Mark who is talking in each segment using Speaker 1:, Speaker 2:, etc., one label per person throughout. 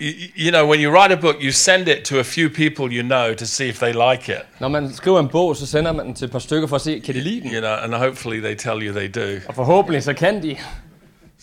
Speaker 1: you, you know, when you write a book, you send it to a few people you know to see if they like it.
Speaker 2: Når man skriver en bog, så sender man den til et par stykker for at se, kan de lide den?
Speaker 1: You know, and hopefully they tell you they do.
Speaker 2: Og forhåbentlig så kan de.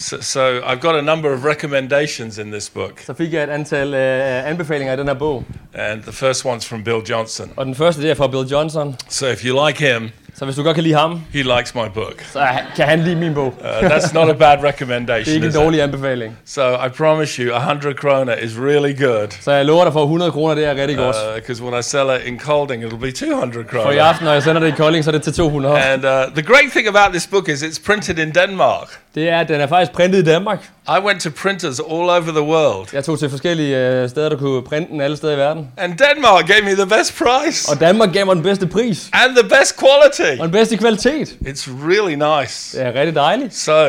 Speaker 1: So, so I've got a number of recommendations in this book,
Speaker 2: Så fik jeg et antal øh, anbefalinger i den her bog.
Speaker 1: and the first one's from Bill Johnson.
Speaker 2: Og den første, det er fra Bill Johnson.
Speaker 1: So if you like him,
Speaker 2: Så hvis du godt kan lide ham,
Speaker 1: he likes my book.
Speaker 2: så er- kan han lide min bog.
Speaker 1: Uh, that's not a bad
Speaker 2: Det er
Speaker 1: recommendation.
Speaker 2: ikke
Speaker 1: Is
Speaker 2: en
Speaker 1: it?
Speaker 2: dårlig anbefaling.
Speaker 1: So I promise you, 100 kroner is really good.
Speaker 2: Så jeg lover dig for 100 kroner, det er rigtig godt.
Speaker 1: Because when I sell it in Colding, it'll be 200
Speaker 2: Og i
Speaker 1: kroner.
Speaker 2: aften, når jeg sender det i Kolding, så er det til 200.
Speaker 1: And uh, the great thing about this book is it's printed in Denmark.
Speaker 2: Det er, at den er faktisk printet i Danmark.
Speaker 1: I went to printers all over the world,
Speaker 2: Jeg tog til forskellige øh, steder, der kunne printe den alle steder i verden.
Speaker 1: and Denmark gave me the best price
Speaker 2: Og Danmark gav mig den bedste pris.
Speaker 1: and the best quality.
Speaker 2: Og den bedste kvalitet.
Speaker 1: It's really nice.
Speaker 2: Det er rigtig dejligt.
Speaker 1: So,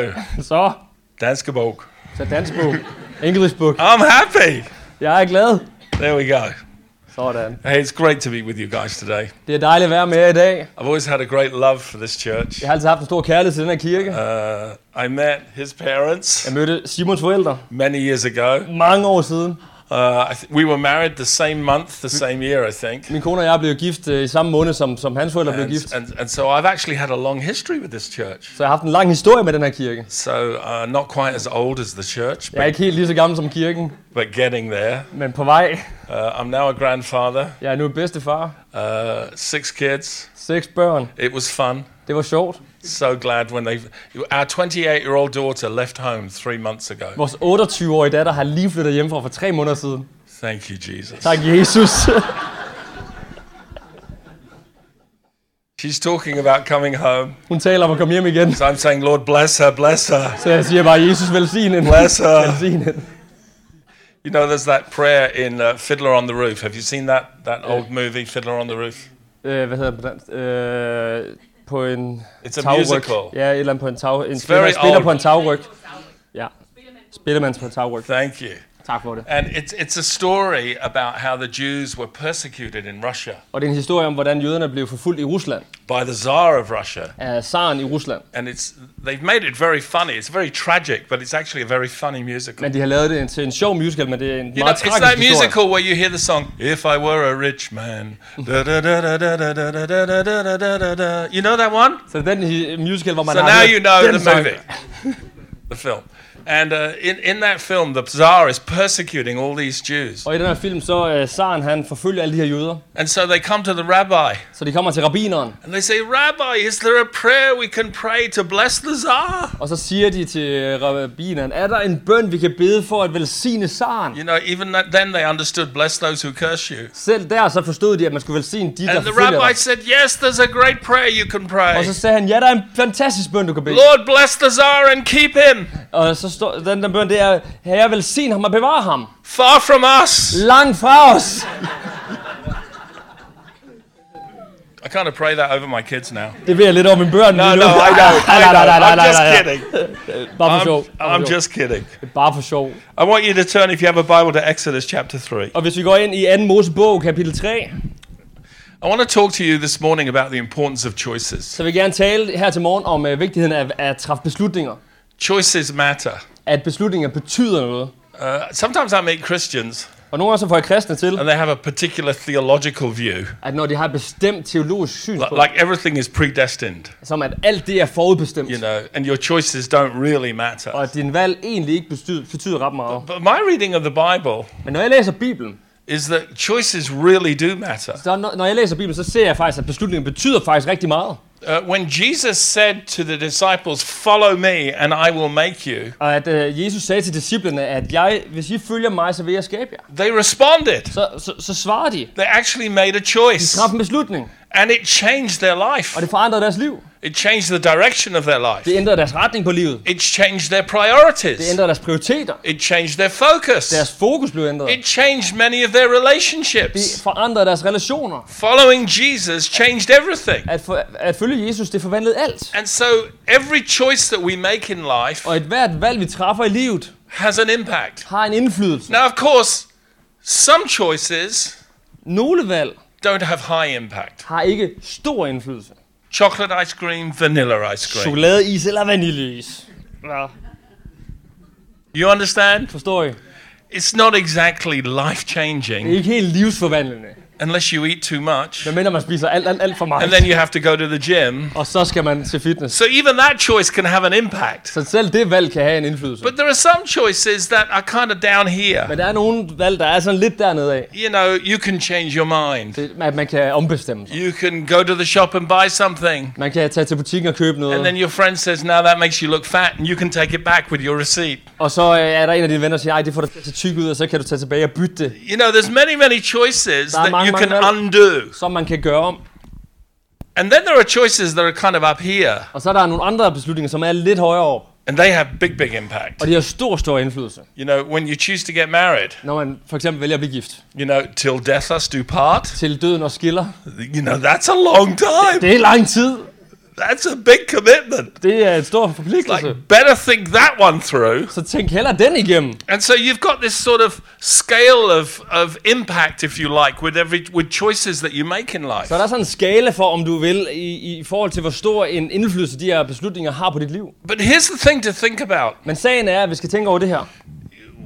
Speaker 2: Så,
Speaker 1: Danske Bok.
Speaker 2: så dansk bog. English book.
Speaker 1: I'm happy.
Speaker 2: Jeg er glad.
Speaker 1: There we go.
Speaker 2: Sådan.
Speaker 1: Hey, it's great to be with you guys today.
Speaker 2: Det er dejligt at være med jer i dag.
Speaker 1: I've always had a great love for this church.
Speaker 2: Jeg har altid haft en stor kærlighed til den her kirke.
Speaker 1: Uh, I met his parents
Speaker 2: Jeg mødte Simons forældre
Speaker 1: many years ago.
Speaker 2: mange år siden.
Speaker 1: Uh, I th- we were married the same month, the same year, I think.
Speaker 2: Min kone og jeg blev gift øh, i samme måned, som, som hans forældre blev
Speaker 1: And,
Speaker 2: gift.
Speaker 1: and, and so I've actually had a long history with this church.
Speaker 2: Så jeg har haft en lang historie med den her kirke.
Speaker 1: So uh, not quite as old as the church,
Speaker 2: Jeg er ikke helt lige så gammel som kirken,
Speaker 1: but getting there.
Speaker 2: men på vej.
Speaker 1: Uh, I'm now a grandfather,
Speaker 2: Jeg er nu bedstefar.
Speaker 1: uh, six kids.
Speaker 2: Seks børn.
Speaker 1: It was fun.
Speaker 2: Det var sjovt.
Speaker 1: So glad when they. Our 28 year old daughter left home three months ago.
Speaker 2: Vores 28-årige datter har lige flyttet hjemmefra for tre måneder siden.
Speaker 1: Thank you, Jesus.
Speaker 2: Tak, Jesus.
Speaker 1: She's talking about coming home.
Speaker 2: Hun taler om at komme hjem igen.
Speaker 1: So I'm saying, Lord, bless her, bless her.
Speaker 2: Så jeg siger bare, Jesus velsign hende.
Speaker 1: Bless her.
Speaker 2: Velsign hende.
Speaker 1: You know, there's that prayer in uh, Fiddler on the Roof. Have you seen that, that old movie, Fiddler on the Roof?
Speaker 2: Øh, hvad hedder den på dansk? Øh, på en
Speaker 1: It's a
Speaker 2: tagryg.
Speaker 1: musical.
Speaker 2: Ja, et eller andet på en tag. En
Speaker 1: very
Speaker 2: spiller, spiller
Speaker 1: old.
Speaker 2: på en tagryg. Ja. Spillemands på en tagryg.
Speaker 1: Thank you.
Speaker 2: Tak for det.
Speaker 1: And it's, it's a story about how the Jews were persecuted in Russia
Speaker 2: Og det er en historie om, hvordan jøderne blev forfulgt i Rusland.
Speaker 1: by the Tsar of Russia.
Speaker 2: Af zaren i Rusland.
Speaker 1: And it's, they've made it very funny. It's very tragic, but it's actually a very funny musical.
Speaker 2: Men de har lavet det til en sjov musical, men det er en
Speaker 1: You know,
Speaker 2: meget
Speaker 1: it's that
Speaker 2: tragisk historie.
Speaker 1: musical where you hear the song "If I Were a Rich Man." Da, da, da, da, da, da, da, da, da, da, da, da, da, da, da. You know that one?
Speaker 2: Så den hi- musical, hvor man
Speaker 1: So
Speaker 2: har
Speaker 1: now
Speaker 2: hørt
Speaker 1: you know
Speaker 2: den
Speaker 1: the
Speaker 2: sang.
Speaker 1: movie, the film. And uh, in in that film, the Tsar is persecuting all these Jews,
Speaker 2: Og i den her film, så uh, Saren, han forfølger alle de her jøder.
Speaker 1: and so they come to the rabbi
Speaker 2: Så de kommer til rabineren,
Speaker 1: and they say, "Rabbi, is there a prayer we can pray to bless the Tsar?"
Speaker 2: og så siger de til øh, rabineren, er der en bøn, vi kan bede for at velsigne Saren?
Speaker 1: You know, even that, then they understood, "Bless those who curse you."
Speaker 2: Selv der, så forstod de, at man skulle velsigne de, der
Speaker 1: And the
Speaker 2: forfølger
Speaker 1: rabbi
Speaker 2: dig.
Speaker 1: said, "Yes, there's a great prayer you can
Speaker 2: Og
Speaker 1: pray."
Speaker 2: så sagde han, ja, der er en fantastisk bøn, du kan bede.
Speaker 1: Lord, bless the Tsar and keep him.
Speaker 2: Og så står den der bøn, det er, herre, velsign ham og bevare ham.
Speaker 1: Far from us.
Speaker 2: Langt fra os.
Speaker 1: I kind of pray that over my kids now.
Speaker 2: Det ved jeg lidt over mine børn
Speaker 1: No,
Speaker 2: lige nu.
Speaker 1: no, I don't.
Speaker 2: Nej,
Speaker 1: I
Speaker 2: nej, nej,
Speaker 1: don't.
Speaker 2: nej,
Speaker 1: I'm
Speaker 2: nej,
Speaker 1: just
Speaker 2: nej, nej.
Speaker 1: kidding.
Speaker 2: Bare for sjov.
Speaker 1: I'm,
Speaker 2: Bare for
Speaker 1: I'm
Speaker 2: sjov.
Speaker 1: just kidding.
Speaker 2: Bare for sjov.
Speaker 1: I want you to turn, if you have a Bible, to Exodus chapter 3.
Speaker 2: Og hvis vi går ind i 2. Mosebog, kapitel 3,
Speaker 1: I want to talk to you this morning about the importance of choices.
Speaker 2: så vil jeg gerne tale her til morgen om øh, vigtigheden af at træffe beslutninger.
Speaker 1: Choices matter.
Speaker 2: At beslutninger betyder noget.
Speaker 1: Uh, sometimes I meet Christians
Speaker 2: Og nogle gange så får jeg kristne til,
Speaker 1: and they have a particular theological view,
Speaker 2: at når de har et bestemt teologisk
Speaker 1: li-
Speaker 2: synspunkt,
Speaker 1: like everything is predestined,
Speaker 2: som at alt det er forudbestemt,
Speaker 1: you know, and your choices don't really matter.
Speaker 2: og at din valg egentlig ikke betyder, betyder ret meget.
Speaker 1: But my reading of the Bible
Speaker 2: Men når jeg læser Bibelen,
Speaker 1: is that choices really do matter.
Speaker 2: så når, når jeg læser Bibelen, så ser jeg faktisk, at beslutningen betyder faktisk rigtig meget.
Speaker 1: Uh, when Jesus said to the disciples, Follow me and I will make you,
Speaker 2: Og at øh, Jesus sagde til disciplene, at jeg, hvis I følger mig, så vil jeg skabe jer.
Speaker 1: they responded.
Speaker 2: Så, så, så svarer de.
Speaker 1: They actually made a
Speaker 2: De
Speaker 1: choice
Speaker 2: træffer en beslutning,
Speaker 1: and it changed their life.
Speaker 2: og det forandrer deres liv.
Speaker 1: It changed the direction of their life.
Speaker 2: Det ændrer deres retning på livet.
Speaker 1: It changed their
Speaker 2: Det
Speaker 1: priorities.
Speaker 2: ændrer deres prioriteter.
Speaker 1: It changed their focus.
Speaker 2: Deres fokus blev ændret.
Speaker 1: It changed many of their
Speaker 2: Det
Speaker 1: relationships.
Speaker 2: forandrer deres relationer.
Speaker 1: Following Jesus changed everything.
Speaker 2: At, for, at følge Jesus, det forvandlede alt.
Speaker 1: And so every choice that we make in life
Speaker 2: Og et hvert valg, vi træffer i livet,
Speaker 1: has an impact.
Speaker 2: har en indflydelse.
Speaker 1: Now, of course, some choices
Speaker 2: Nogle valg
Speaker 1: don't have high impact.
Speaker 2: har ikke stor indflydelse.
Speaker 1: Chocolate ice cream, vanilla ice cream.
Speaker 2: Chokoladeis eller vaniljeis.
Speaker 1: You understand?
Speaker 2: Forstår I?
Speaker 1: It's not exactly life
Speaker 2: Det er
Speaker 1: changing
Speaker 2: ikke helt livsforvandlende.
Speaker 1: unless you eat too much
Speaker 2: Men mindre man spiser alt, alt, alt for
Speaker 1: and then
Speaker 2: meget.
Speaker 1: you have to go to the gym.
Speaker 2: Og så skal man til fitness.
Speaker 1: So even that choice can have an impact.
Speaker 2: Så selv det valg kan have en indflydelse.
Speaker 1: But there are some choices that are kind of down here.
Speaker 2: Men der er nogle valg, der er sådan lidt dernede af.
Speaker 1: You know, you can change your mind.
Speaker 2: Det- At man kan ombestemme sig.
Speaker 1: You can go to the shop and buy something.
Speaker 2: Man kan tage til butikken og købe noget.
Speaker 1: And then your friend says, now that makes you look fat, and you can take it back with your receipt.
Speaker 2: Og så øh, er der en af dine venner, der siger, ej, det får dig til at se tyk ud, og så kan du tage tilbage og bytte det,
Speaker 1: You know, there's many, many choices
Speaker 2: Nah,
Speaker 1: that
Speaker 2: man,
Speaker 1: you can
Speaker 2: man, man.
Speaker 1: undo.
Speaker 2: som man kan gøre om.
Speaker 1: And then there are choices that are kind of up here,
Speaker 2: Og så er der nogle andre beslutninger, som er lidt højere op,
Speaker 1: and they have big, big impact.
Speaker 2: og de har stor, stor indflydelse.
Speaker 1: You know, when you choose to get married,
Speaker 2: Når man for eksempel vælger at blive gift.
Speaker 1: you know, till death us do part,
Speaker 2: Til døden og skiller.
Speaker 1: you know, that's a long time.
Speaker 2: Det er lang tid.
Speaker 1: That's a big commitment.
Speaker 2: Det er en stor forpligtelse.
Speaker 1: Like, better think that one through.
Speaker 2: Så tænk heller den igennem.
Speaker 1: And so you've got this sort of scale of, of impact, if you like, with every with choices that you make in life.
Speaker 2: Så der er sådan en skala for, om du vil, i, i forhold til, hvor stor en indflydelse de her beslutninger har på dit liv.
Speaker 1: But here's the thing to think about:
Speaker 2: Men sagen er, at vi skal tænke over det her.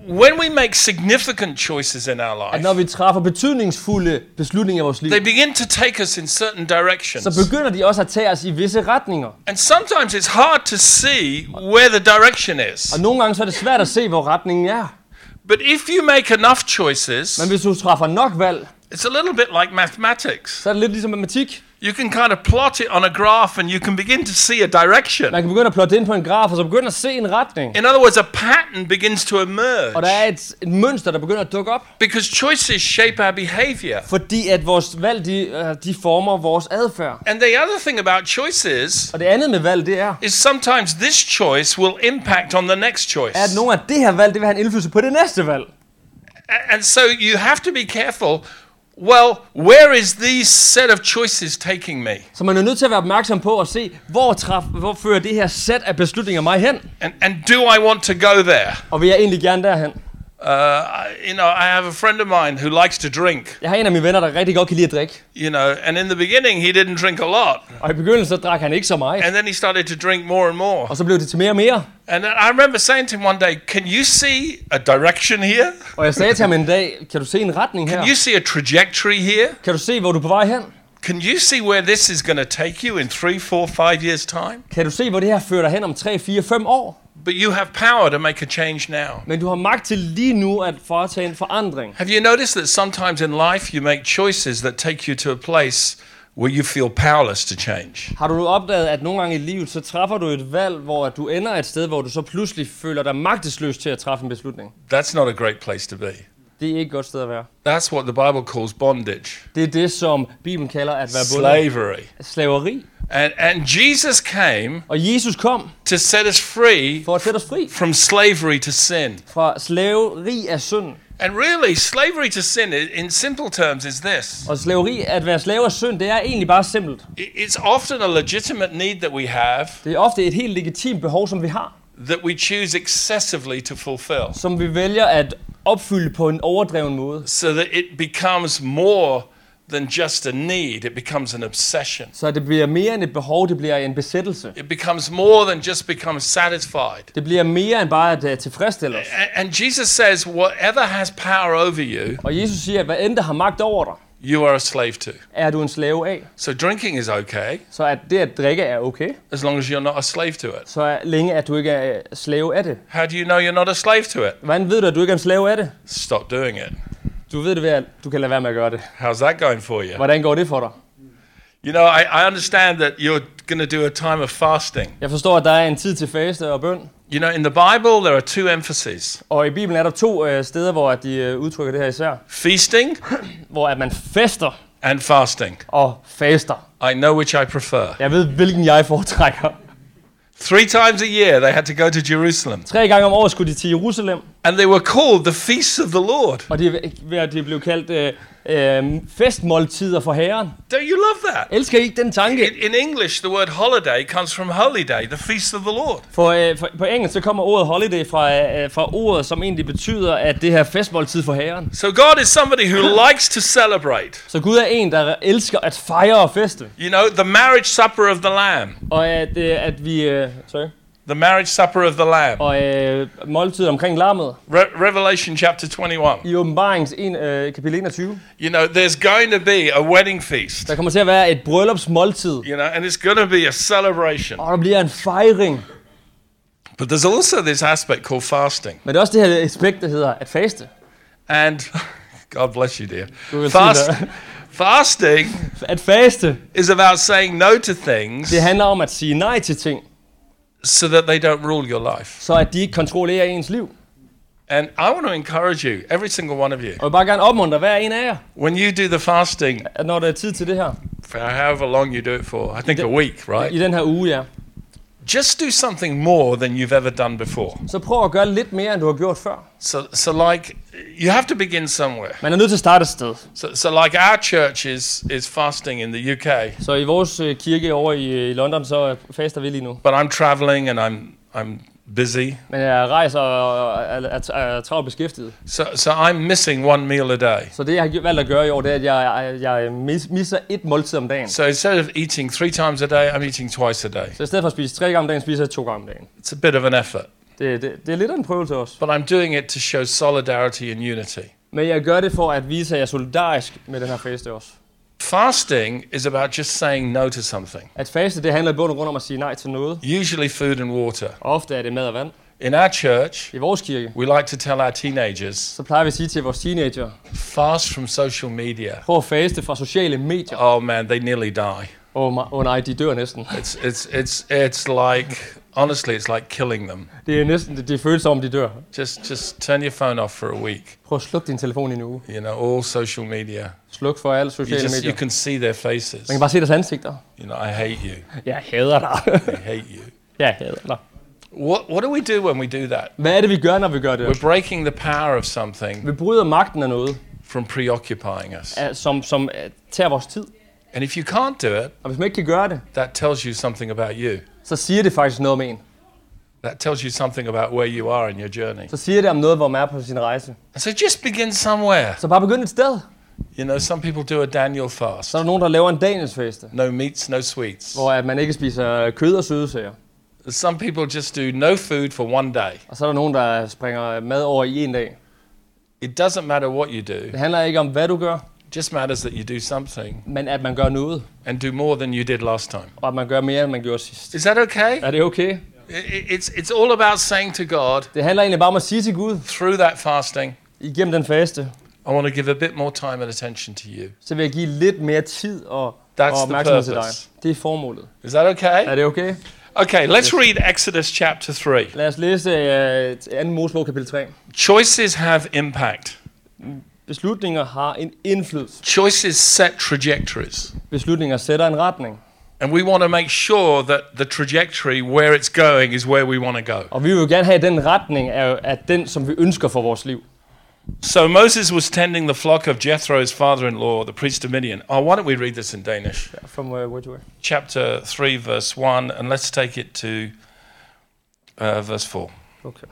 Speaker 1: when we make significant choices in our
Speaker 2: At når
Speaker 1: life,
Speaker 2: vi træffer betydningsfulde beslutninger i vores liv,
Speaker 1: they begin to take us in certain
Speaker 2: så
Speaker 1: directions.
Speaker 2: begynder de også at tage os i visse retninger.
Speaker 1: And sometimes it's hard to see where the direction is.
Speaker 2: Og nogle gange så er det svært at se, hvor retningen er.
Speaker 1: But if you make enough
Speaker 2: Men
Speaker 1: choices,
Speaker 2: hvis du træffer nok valg,
Speaker 1: it's a little bit like mathematics.
Speaker 2: så er det lidt ligesom matematik.
Speaker 1: You can kind of plot it on a graph and you can begin to see a
Speaker 2: Man
Speaker 1: direction.
Speaker 2: kan begynde at plotte ind på en graf, og så begynde at se en retning.
Speaker 1: In other words, a pattern begins to emerge
Speaker 2: Og der er et, et mønster, der begynder at dukke op.
Speaker 1: because choices shape our behavior.
Speaker 2: Fordi at vores valg, de, øh, de former vores adfærd.
Speaker 1: And the other thing about choices
Speaker 2: Og det andet med valg, det er,
Speaker 1: is sometimes this choice will impact on the next
Speaker 2: at
Speaker 1: choice.
Speaker 2: nogle af det her valg, det vil have en indflydelse på det næste valg.
Speaker 1: A- And so you have to be careful. Well, where is this set of choices taking me?
Speaker 2: Så man er nødt til at være opmærksom på at se, hvor, træf, hvor fører det her sæt af beslutninger mig hen?
Speaker 1: And, and do I want to go there?
Speaker 2: Og vil jeg egentlig gerne derhen?
Speaker 1: Uh, I- you know, I have a friend of mine who likes to drink,
Speaker 2: Jeg har en af mine venner, der rigtig godt kan lide at drikke.
Speaker 1: you know, and in the beginning he didn't drink a lot.
Speaker 2: Og i begyndelsen så drak han ikke så meget.
Speaker 1: And then he started to drink more and more.
Speaker 2: Og så blev det til mere og mere.
Speaker 1: And then I remember saying to him one day, Can you see a direction here?
Speaker 2: Og jeg sagde til ham en dag, kan du se en retning her?
Speaker 1: Can you see a trajectory here?
Speaker 2: Kan du se, hvor du er på vej hen?
Speaker 1: Can you see where this is going to take you in three, four, five years' time?
Speaker 2: Kan du se, hvor det her fører dig hen om 3, 4, 5 år?
Speaker 1: But you have power to make a change now.
Speaker 2: Men du har magt til lige nu at foretage en forandring.
Speaker 1: Have you noticed that sometimes in life you make choices that take you to a place where you feel powerless to change?
Speaker 2: Har du opdaget, at nogle gange i livet, så træffer du et valg, hvor at du ender et sted, hvor du så pludselig føler dig magtesløs til at træffe en beslutning?
Speaker 1: That's not a great place to be.
Speaker 2: Det er ikke et godt sted at være.
Speaker 1: That's what the Bible calls bondage.
Speaker 2: Det er det, som Bibelen kalder at være bundet
Speaker 1: slavery.
Speaker 2: af slaveri.
Speaker 1: And, and Jesus came
Speaker 2: Og Jesus kom
Speaker 1: to set us free
Speaker 2: for at sætte os fri
Speaker 1: from slavery to sin.
Speaker 2: fra slaveri af synd.
Speaker 1: And really, slavery to sin, i- in simple terms, is this
Speaker 2: Og slaveri, at være slave af synd, det er egentlig bare simpelt.
Speaker 1: I- it's often a legitimate need that we have
Speaker 2: Det er ofte et helt legitimt behov, som vi har,
Speaker 1: that we choose excessively to fulfill
Speaker 2: som vi vælger at opfylde på en overdreven måde.
Speaker 1: so that it becomes more than just a need, it becomes an obsession.
Speaker 2: Så det bliver mere end et behov, det bliver en besættelse.
Speaker 1: It becomes more than just become satisfied.
Speaker 2: Det bliver mere end bare at øh, tilfredsstille os.
Speaker 1: A- And Jesus says, whatever has power over you,
Speaker 2: Og Jesus siger, at hvad end der har magt over dig,
Speaker 1: you are a slave to.
Speaker 2: er du en slave af.
Speaker 1: So drinking is okay.
Speaker 2: Så at det at drikke er okay,
Speaker 1: as long as you're not a slave to it.
Speaker 2: så er- længe at du ikke er øh, slave af det.
Speaker 1: How do you know you're not a slave to it?
Speaker 2: Hvordan ved du, at du ikke er en slave af det?
Speaker 1: Stop doing it.
Speaker 2: Du ved det ved, at du kan lade være med at gøre det.
Speaker 1: How's that going for you?
Speaker 2: Hvordan går det for dig?
Speaker 1: You know, I, I understand that you're going to do a time of fasting.
Speaker 2: Jeg forstår, at der er en tid til faste og bøn.
Speaker 1: You know, in the Bible, there are two emphases
Speaker 2: Og i Bibelen er der to øh, steder, hvor at de øh, udtrykker det her især.
Speaker 1: feasting
Speaker 2: Hvor at man fester
Speaker 1: and fasting.
Speaker 2: og faster.
Speaker 1: I know which I prefer.
Speaker 2: Jeg ved, hvilken jeg foretrækker.
Speaker 1: Three times a year, they had to go to Jerusalem,
Speaker 2: Tre gange om året skulle de til Jerusalem,
Speaker 1: and they were called the Feasts of the Lord.
Speaker 2: og de, de, de blev kaldt øh, øh, festmåltider for herren.
Speaker 1: Don't you love that?
Speaker 2: Elsker I ikke den tanke?
Speaker 1: In, in English, the word holiday comes from Holy Day, the Feast of the Lord.
Speaker 2: For, øh, for, på engelsk så kommer ordet holiday fra, øh, fra ordet, som egentlig betyder, at det her festmåltid for herren.
Speaker 1: So God is somebody who likes to celebrate.
Speaker 2: Så Gud er en, der elsker at fejre og feste.
Speaker 1: You know, the marriage supper of the Lamb.
Speaker 2: Og at, øh, at vi... Øh, sorry.
Speaker 1: the marriage supper of the Lamb.
Speaker 2: og øh, måltidet omkring lammet.
Speaker 1: Re- Revelation chapter 21.
Speaker 2: I åbenbaringens en, øh, kapitel 21,
Speaker 1: You know, there's going to be a wedding feast,
Speaker 2: der kommer til at være et bryllupsmåltid,
Speaker 1: you know, and it's going to be a celebration.
Speaker 2: og der bliver en fejring.
Speaker 1: But there's also this aspect called fasting.
Speaker 2: Men det er også det her aspekt, der hedder at faste.
Speaker 1: And God bless you, dear.
Speaker 2: We will see that.
Speaker 1: fasting
Speaker 2: At faste,
Speaker 1: is about saying no to things
Speaker 2: det handler om at sige nej til ting,
Speaker 1: so that they don't rule your life.
Speaker 2: så at de ikke kontrollerer ens liv.
Speaker 1: And I want to encourage you, every single one of you,
Speaker 2: Og jeg vil bare gerne opmuntre hver en af jer,
Speaker 1: when you do the fasting,
Speaker 2: at når der er tid til det her,
Speaker 1: for however long you do it for, I think a week,
Speaker 2: i
Speaker 1: right?
Speaker 2: den her uge, ja,
Speaker 1: Just do something more than you've ever done before.
Speaker 2: så prøv at gøre lidt mere, end du har gjort før.
Speaker 1: So, so like, you have to begin somewhere.
Speaker 2: Man er nødt til at starte et sted.
Speaker 1: So, so like our church is, is fasting in the UK,
Speaker 2: Så i vores øh, kirke over i, øh, i London, så øh, faster vi lige nu.
Speaker 1: but I'm traveling and I'm, I'm busy.
Speaker 2: Men jeg rejser og er, er, er travlt beskæftiget.
Speaker 1: So, so I'm missing one meal a day.
Speaker 2: Så det, jeg har valgt at gøre i år, det er, at jeg, jeg, jeg mis- misser et måltid om dagen.
Speaker 1: So instead of eating three times a day, I'm eating twice a day.
Speaker 2: Så i stedet for at spise tre gange om dagen, spiser jeg to gange om dagen.
Speaker 1: It's a bit of an effort,
Speaker 2: Det, det, det er lidt af en prøvelse også.
Speaker 1: but I'm doing it to show solidarity and unity.
Speaker 2: Men jeg gør det for at vise, at jeg er solidarisk med den her faste også.
Speaker 1: Fasting is about just saying no to something,
Speaker 2: At faste, det handler i bund og grund om at sige nej til noget.
Speaker 1: usually food and water.
Speaker 2: Og ofte er det mad og vand.
Speaker 1: In our church,
Speaker 2: I vores kirke,
Speaker 1: we like to tell our teenagers
Speaker 2: så plejer vi at sige til vores teenager,
Speaker 1: fast from social media.
Speaker 2: prøv at faste fra sociale medier.
Speaker 1: Oh man, they nearly die.
Speaker 2: Åh oh, oh, nej, de dør næsten.
Speaker 1: It's, it's, it's, it's like, honestly, it's like killing them.
Speaker 2: Det er næsten, det, det føles som om de dør.
Speaker 1: Just, just turn your phone off for a week,
Speaker 2: Prøv at slukke din telefon i en uge.
Speaker 1: you know, all social media.
Speaker 2: Sluk for
Speaker 1: You,
Speaker 2: alle sociale
Speaker 1: just, you
Speaker 2: medier.
Speaker 1: can see their faces.
Speaker 2: Man kan bare se deres ansigter.
Speaker 1: You know, I hate you.
Speaker 2: Jeg hader dig.
Speaker 1: I hate you.
Speaker 2: jeg hader dig.
Speaker 1: What, what do we do when we do that?
Speaker 2: Hvad er det, vi gør, når vi gør det?
Speaker 1: We're breaking the power of something
Speaker 2: Vi bryder magten af noget,
Speaker 1: from preoccupying us.
Speaker 2: af- som, som øh, tager vores tid.
Speaker 1: And if you can't do it,
Speaker 2: Og hvis man ikke kan gøre det,
Speaker 1: that tells you something about you.
Speaker 2: så siger det faktisk noget om en.
Speaker 1: That tells you something about where you are in your journey.
Speaker 2: Så siger det om noget, hvor man er på sin rejse.
Speaker 1: So just begin somewhere.
Speaker 2: Så bare begynd et sted.
Speaker 1: You know, some people do a Daniel fast
Speaker 2: Så er der nogen, der laver en Danielsfeste,
Speaker 1: no meats, no sweets.
Speaker 2: hvor at man ikke spiser kød og søde sager.
Speaker 1: Some people just do no food for one day.
Speaker 2: Og så er der nogen, der springer mad over i en dag.
Speaker 1: It doesn't matter what you do,
Speaker 2: Det handler ikke om, hvad du gør,
Speaker 1: it just matters that you do something
Speaker 2: men at man gør noget.
Speaker 1: and do more than you did last time.
Speaker 2: Og at man gør mere, end man gjorde sidst.
Speaker 1: Is that okay? I-
Speaker 2: Er det okay?
Speaker 1: i- It's, it's all about saying to God,
Speaker 2: Det handler egentlig bare om at sige til Gud,
Speaker 1: through that fasting,
Speaker 2: igennem den faste,
Speaker 1: I want to give a bit more time and attention to you.
Speaker 2: så vil jeg give lidt mere tid og,
Speaker 1: That's
Speaker 2: og
Speaker 1: the
Speaker 2: opmærksomhed til dig.
Speaker 1: purpose.
Speaker 2: Det er formålet.
Speaker 1: Is that
Speaker 2: Er
Speaker 1: okay?
Speaker 2: det okay?
Speaker 1: Okay, let's read Exodus chapter 3.
Speaker 2: Lad os læse øh, 2. Mosebog kapitel 3.
Speaker 1: Choices have impact,
Speaker 2: Beslutninger har en indflydelse.
Speaker 1: choices set trajectories.
Speaker 2: Beslutninger sætter en retning.
Speaker 1: And we want to make sure that the trajectory, where it's going, is where we want to go.
Speaker 2: Og vi vil jo gerne have den retning af, af den, som vi ønsker for vores liv.
Speaker 1: So Moses was tending the flock of Jethro's father in law, the priest of Midian. Oh, why don't we read this in Danish?
Speaker 2: From uh, where you
Speaker 1: Chapter 3, verse 1, and let's take it to uh, verse 4.
Speaker 2: Okay.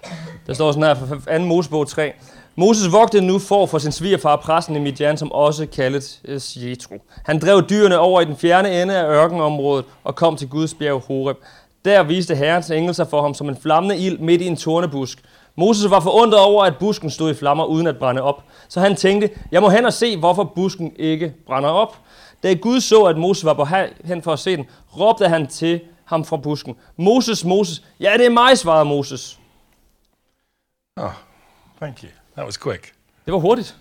Speaker 2: Der står sådan her fra 2. Mosebog 3. Moses vogtede nu for for sin svigerfar, præsten i Midian, som også kaldet øh, Jethro. Han drev dyrene over i den fjerne ende af ørkenområdet og kom til Guds bjerg Horeb. Der viste herrens engel sig for ham som en flammende ild midt i en tornebusk. Moses var forundret over, at busken stod i flammer uden at brænde op. Så han tænkte, jeg må hen og se, hvorfor busken ikke brænder op. Da Gud så, at Moses var på ha- hen for at se den, råbte han til ham fra busken. Moses, Moses, ja det er mig, svarede Moses.
Speaker 1: Thank you. That was quick.
Speaker 2: Det var hurtigt.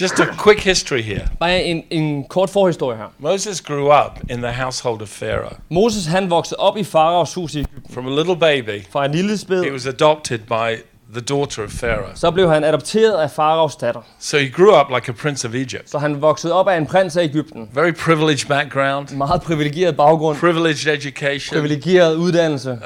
Speaker 1: Just a quick history here.
Speaker 2: Bare en, en kort forhistorie her.
Speaker 1: Moses grew up in the household of Pharaoh.
Speaker 2: Moses han voksede op i faraos hus i Egypten.
Speaker 1: From a little baby,
Speaker 2: Fra en lille
Speaker 1: he
Speaker 2: spæd,
Speaker 1: was adopted by the daughter of Pharaoh.
Speaker 2: så blev han adopteret af faraos datter.
Speaker 1: So he grew up like a prince of Egypt.
Speaker 2: Så han voksede op af en prins af Egypten.
Speaker 1: Very privileged background,
Speaker 2: Meget privilegeret baggrund,
Speaker 1: privileged education.
Speaker 2: privilegeret uddannelse.
Speaker 1: Uh,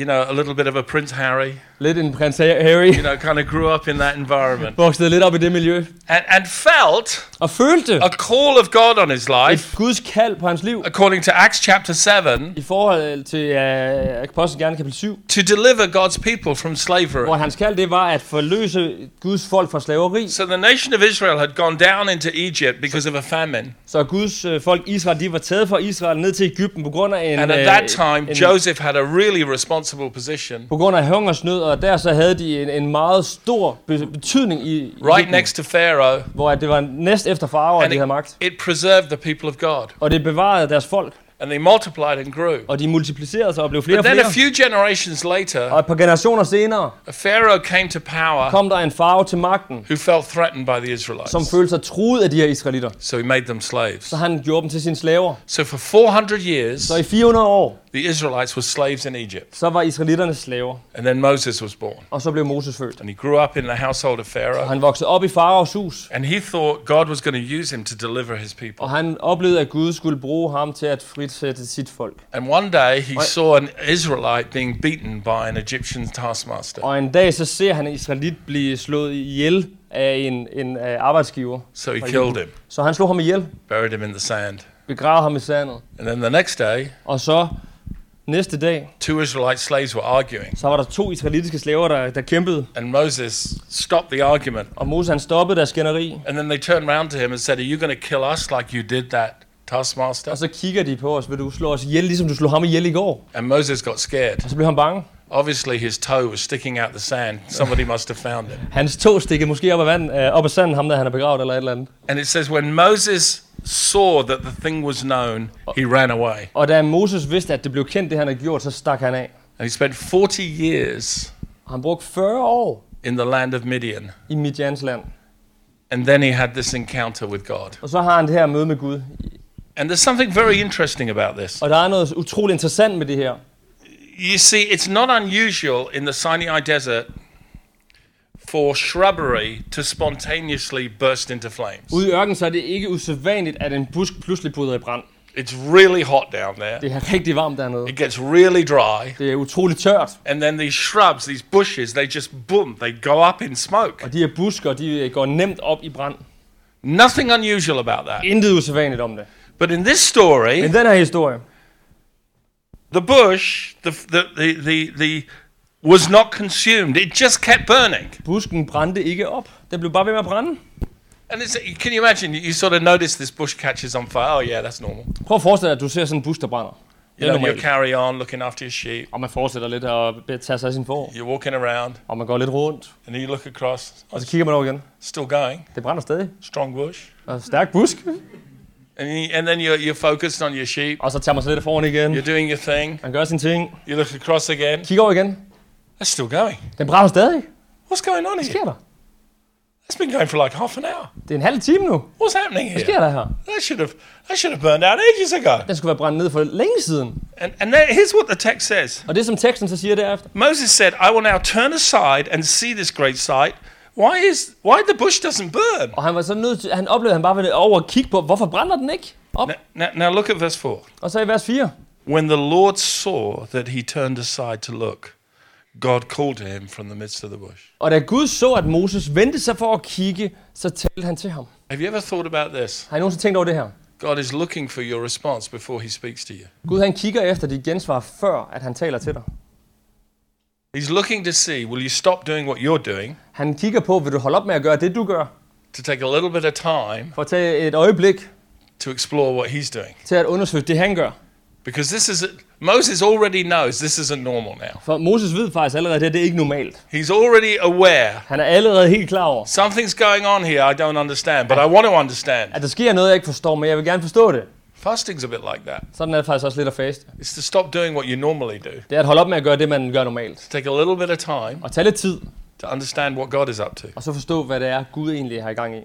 Speaker 1: you know, a little bit of a Prince Harry.
Speaker 2: Lidt en prins Harry.
Speaker 1: You know, kind of grew up in that environment
Speaker 2: Voksede lidt op i det miljø.
Speaker 1: and, and felt
Speaker 2: Og følte
Speaker 1: a call of God on his
Speaker 2: et
Speaker 1: life.
Speaker 2: Guds kald på hans liv.
Speaker 1: According to Acts chapter 7,
Speaker 2: I forhold til uh, Apostlen Gerne kapitel 7,
Speaker 1: to deliver God's people from slavery.
Speaker 2: hvor Og hans kald, det var at forløse Guds folk fra slaveri.
Speaker 1: So the nation of Israel had gone down into Egypt because of a famine.
Speaker 2: Så Guds øh, folk Israel, de var taget fra Israel ned til Ægypten på grund af en,
Speaker 1: And at
Speaker 2: øh,
Speaker 1: that time,
Speaker 2: en
Speaker 1: Joseph had a really responsible position
Speaker 2: på grund af hungersnød, og der så havde de en, en meget stor be- betydning i, i
Speaker 1: right
Speaker 2: Egypten,
Speaker 1: next to Pharaoh,
Speaker 2: hvor at det var næst efter farver, at
Speaker 1: And
Speaker 2: de
Speaker 1: it-
Speaker 2: havde magt.
Speaker 1: it preserved the people of God.
Speaker 2: Og det bevarede deres folk,
Speaker 1: And they multiplied and grew.
Speaker 2: og de multiplicerede sig og blev flere
Speaker 1: But
Speaker 2: og
Speaker 1: then a
Speaker 2: flere.
Speaker 1: few generations later,
Speaker 2: Og et par generationer senere
Speaker 1: Pharaoh came to power
Speaker 2: kom der en farve til magten,
Speaker 1: who felt threatened by the
Speaker 2: som
Speaker 1: Israelites.
Speaker 2: følte sig truet af de her israelitter.
Speaker 1: So he made them slaves.
Speaker 2: Så han gjorde dem til sine slaver.
Speaker 1: So for 400 years,
Speaker 2: Så i 400 år,
Speaker 1: the Israelites were slaves in Egypt.
Speaker 2: så var israelitternes slaver,
Speaker 1: And then Moses was born.
Speaker 2: og så blev Moses født.
Speaker 1: And he grew up in the household of Pharaoh.
Speaker 2: Og han voksede op i faraos hus,
Speaker 1: And he thought God was going to use him to deliver his
Speaker 2: og
Speaker 1: people.
Speaker 2: han oplevede, at Gud skulle bruge ham til at fritsætte sit folk.
Speaker 1: And one day he
Speaker 2: Right.
Speaker 1: saw an Israelite being beaten by an Egyptian taskmaster.
Speaker 2: Og en dag så ser han en israelit blive slået ihjel af en, en øh, arbejdsgiver.
Speaker 1: So he
Speaker 2: fra
Speaker 1: killed
Speaker 2: Egypten.
Speaker 1: him,
Speaker 2: Så han slog ham ihjel,
Speaker 1: buried him in the sand.
Speaker 2: begravede ham i sandet.
Speaker 1: And then the next day,
Speaker 2: Og så næste dag,
Speaker 1: two Israelite slaves were arguing.
Speaker 2: så var der to israelitiske slaver, der, der kæmpede.
Speaker 1: And Moses stopped the argument.
Speaker 2: Og Moses han stoppede deres skænderi.
Speaker 1: And then they turned round to him and said, Are you going to kill us like you did that taskmaster?
Speaker 2: Og så kigger de på os, vil du slå os ihjel, ligesom du slog ham ihjel i går?
Speaker 1: And Moses got scared.
Speaker 2: Og så blev han bange.
Speaker 1: Obviously, his toe was sticking out the sand. Somebody must have found it.
Speaker 2: Hans tog stikkede måske op af, vand, øh, op af sanden, ham der han er begravet eller et eller andet.
Speaker 1: And it says, When Moses saw that the thing was known, he ran away.
Speaker 2: Og da Moses vidste, at det blev kendt, det han havde gjort, så stak han af.
Speaker 1: And he spent 40 years
Speaker 2: Og Han brugte 40 år
Speaker 1: in the land of Midian.
Speaker 2: i Midians land.
Speaker 1: And then he had this encounter with God.
Speaker 2: Og så har han det her møde med Gud.
Speaker 1: And there's something very interesting about this.
Speaker 2: Og der er noget utroligt interessant med det her.
Speaker 1: You see, it's not unusual in the Sinai desert for shrubbery to spontaneously burst into flames.
Speaker 2: Ude i ørkenen, så er det ikke usædvanligt, at en busk pludselig bryder i brand.
Speaker 1: It's really hot down there.
Speaker 2: Det er rigtig varmt dernede.
Speaker 1: It gets really dry.
Speaker 2: Det er utroligt tørt.
Speaker 1: And then these shrubs, these bushes, they just boom, they go up in smoke.
Speaker 2: Og de her busker, de øh, går nemt op i brand.
Speaker 1: Nothing unusual about that.
Speaker 2: Intet usædvanligt om det.
Speaker 1: But in this
Speaker 2: Men
Speaker 1: story,
Speaker 2: den her historie,
Speaker 1: the bush, the, the, the, the, the, was not consumed. It just kept burning.
Speaker 2: busken brændte ikke op. Den blev bare ved med at brænde.
Speaker 1: And it's, can you imagine? You sort of notice this bush catches on fire. Oh, yeah, that's normal.
Speaker 2: Prøv at forestille dig, at du ser sådan en busk, der brænder.
Speaker 1: You
Speaker 2: Det er
Speaker 1: know, you
Speaker 2: normalt.
Speaker 1: carry on looking after your sheep.
Speaker 2: Og man fortsætter lidt og tager sig af sin for.
Speaker 1: You're walking around,
Speaker 2: Og man går lidt rundt.
Speaker 1: and then you look across. Oh,
Speaker 2: Og så
Speaker 1: it's
Speaker 2: kigger man over igen.
Speaker 1: still going.
Speaker 2: Det brænder stadig.
Speaker 1: Strong bush.
Speaker 2: Og stærk busk.
Speaker 1: And, you, and then you're, you're focused on your sheep.
Speaker 2: Og så tager man sig lidt foran igen.
Speaker 1: You're doing your thing.
Speaker 2: Man gør sine ting.
Speaker 1: You look across again.
Speaker 2: Kigger over igen.
Speaker 1: That's still going.
Speaker 2: Den brænder stadig.
Speaker 1: What's going on
Speaker 2: Hvad
Speaker 1: here?
Speaker 2: sker der?
Speaker 1: That's been going for like half an hour.
Speaker 2: Det er en halv time nu. Hvad
Speaker 1: What's happening
Speaker 2: sker
Speaker 1: here?
Speaker 2: der her?
Speaker 1: That should have that should have burned out ages ago.
Speaker 2: Den skulle være brændt ned for længe siden.
Speaker 1: And and there, here's what the text says.
Speaker 2: Og det som teksten så siger derefter.
Speaker 1: Moses said, "I will now turn aside and see this great sight. Why is why the bush doesn't burn?"
Speaker 2: Og han var så nødt til, han oplevede, at han bare ville over og kigge på, hvorfor brænder den ikke op?
Speaker 1: Now, now, now look at verse 4.
Speaker 2: Og så i vers 4.
Speaker 1: When the Lord saw that he turned aside to look, God called to him from the midst of the bush.
Speaker 2: Og da Gud så, at Moses vendte sig for at kigge, så talte han til ham.
Speaker 1: Have you ever thought about this?
Speaker 2: Har I nogensinde tænkt over det her?
Speaker 1: God is looking for your response before he speaks to you.
Speaker 2: Gud han kigger efter dit gensvar, før at han taler til dig.
Speaker 1: He's looking to see will you stop doing what you're doing
Speaker 2: Han kigger på, vil du holde op med at gøre det, du gør?
Speaker 1: to take a little bit of time
Speaker 2: For at tage et øjeblik
Speaker 1: to explore what he's doing?
Speaker 2: til at undersøge det, han gør.
Speaker 1: Because this is Moses already knows this isn't normal now.
Speaker 2: For Moses ved faktisk allerede, at det, her, det er ikke normalt.
Speaker 1: He's already aware
Speaker 2: Han er allerede helt klar over,
Speaker 1: something's going on here I don't understand, but I want to understand.
Speaker 2: at der sker noget, jeg ikke forstår, men jeg vil gerne forstå det.
Speaker 1: Fasting's a bit like that.
Speaker 2: Sådan er det faktisk også lidt at faste.
Speaker 1: It's to stop doing what you normally do.
Speaker 2: Det er at holde op med at gøre det, man gør normalt.
Speaker 1: Take a little bit of time
Speaker 2: Og tage lidt tid,
Speaker 1: to understand what God is up to.
Speaker 2: og så forstå, hvad det er, Gud egentlig har i gang i.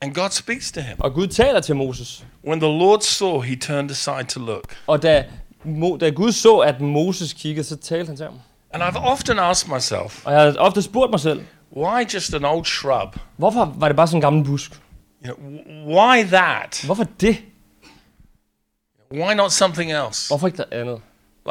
Speaker 1: And God speaks to him.
Speaker 2: Og Gud taler til Moses.
Speaker 1: When the Lord saw, he turned aside to look.
Speaker 2: Og da, Mo, da Gud så, at Moses kiggede, så talte han til ham.
Speaker 1: And I've often asked myself,
Speaker 2: Og jeg har ofte spurgt mig selv,
Speaker 1: why just an old shrub?
Speaker 2: hvorfor var det bare sådan en gammel busk?
Speaker 1: You know, wh- why that?
Speaker 2: Hvorfor det?
Speaker 1: Why not something else?
Speaker 2: Hvorfor ikke der andet?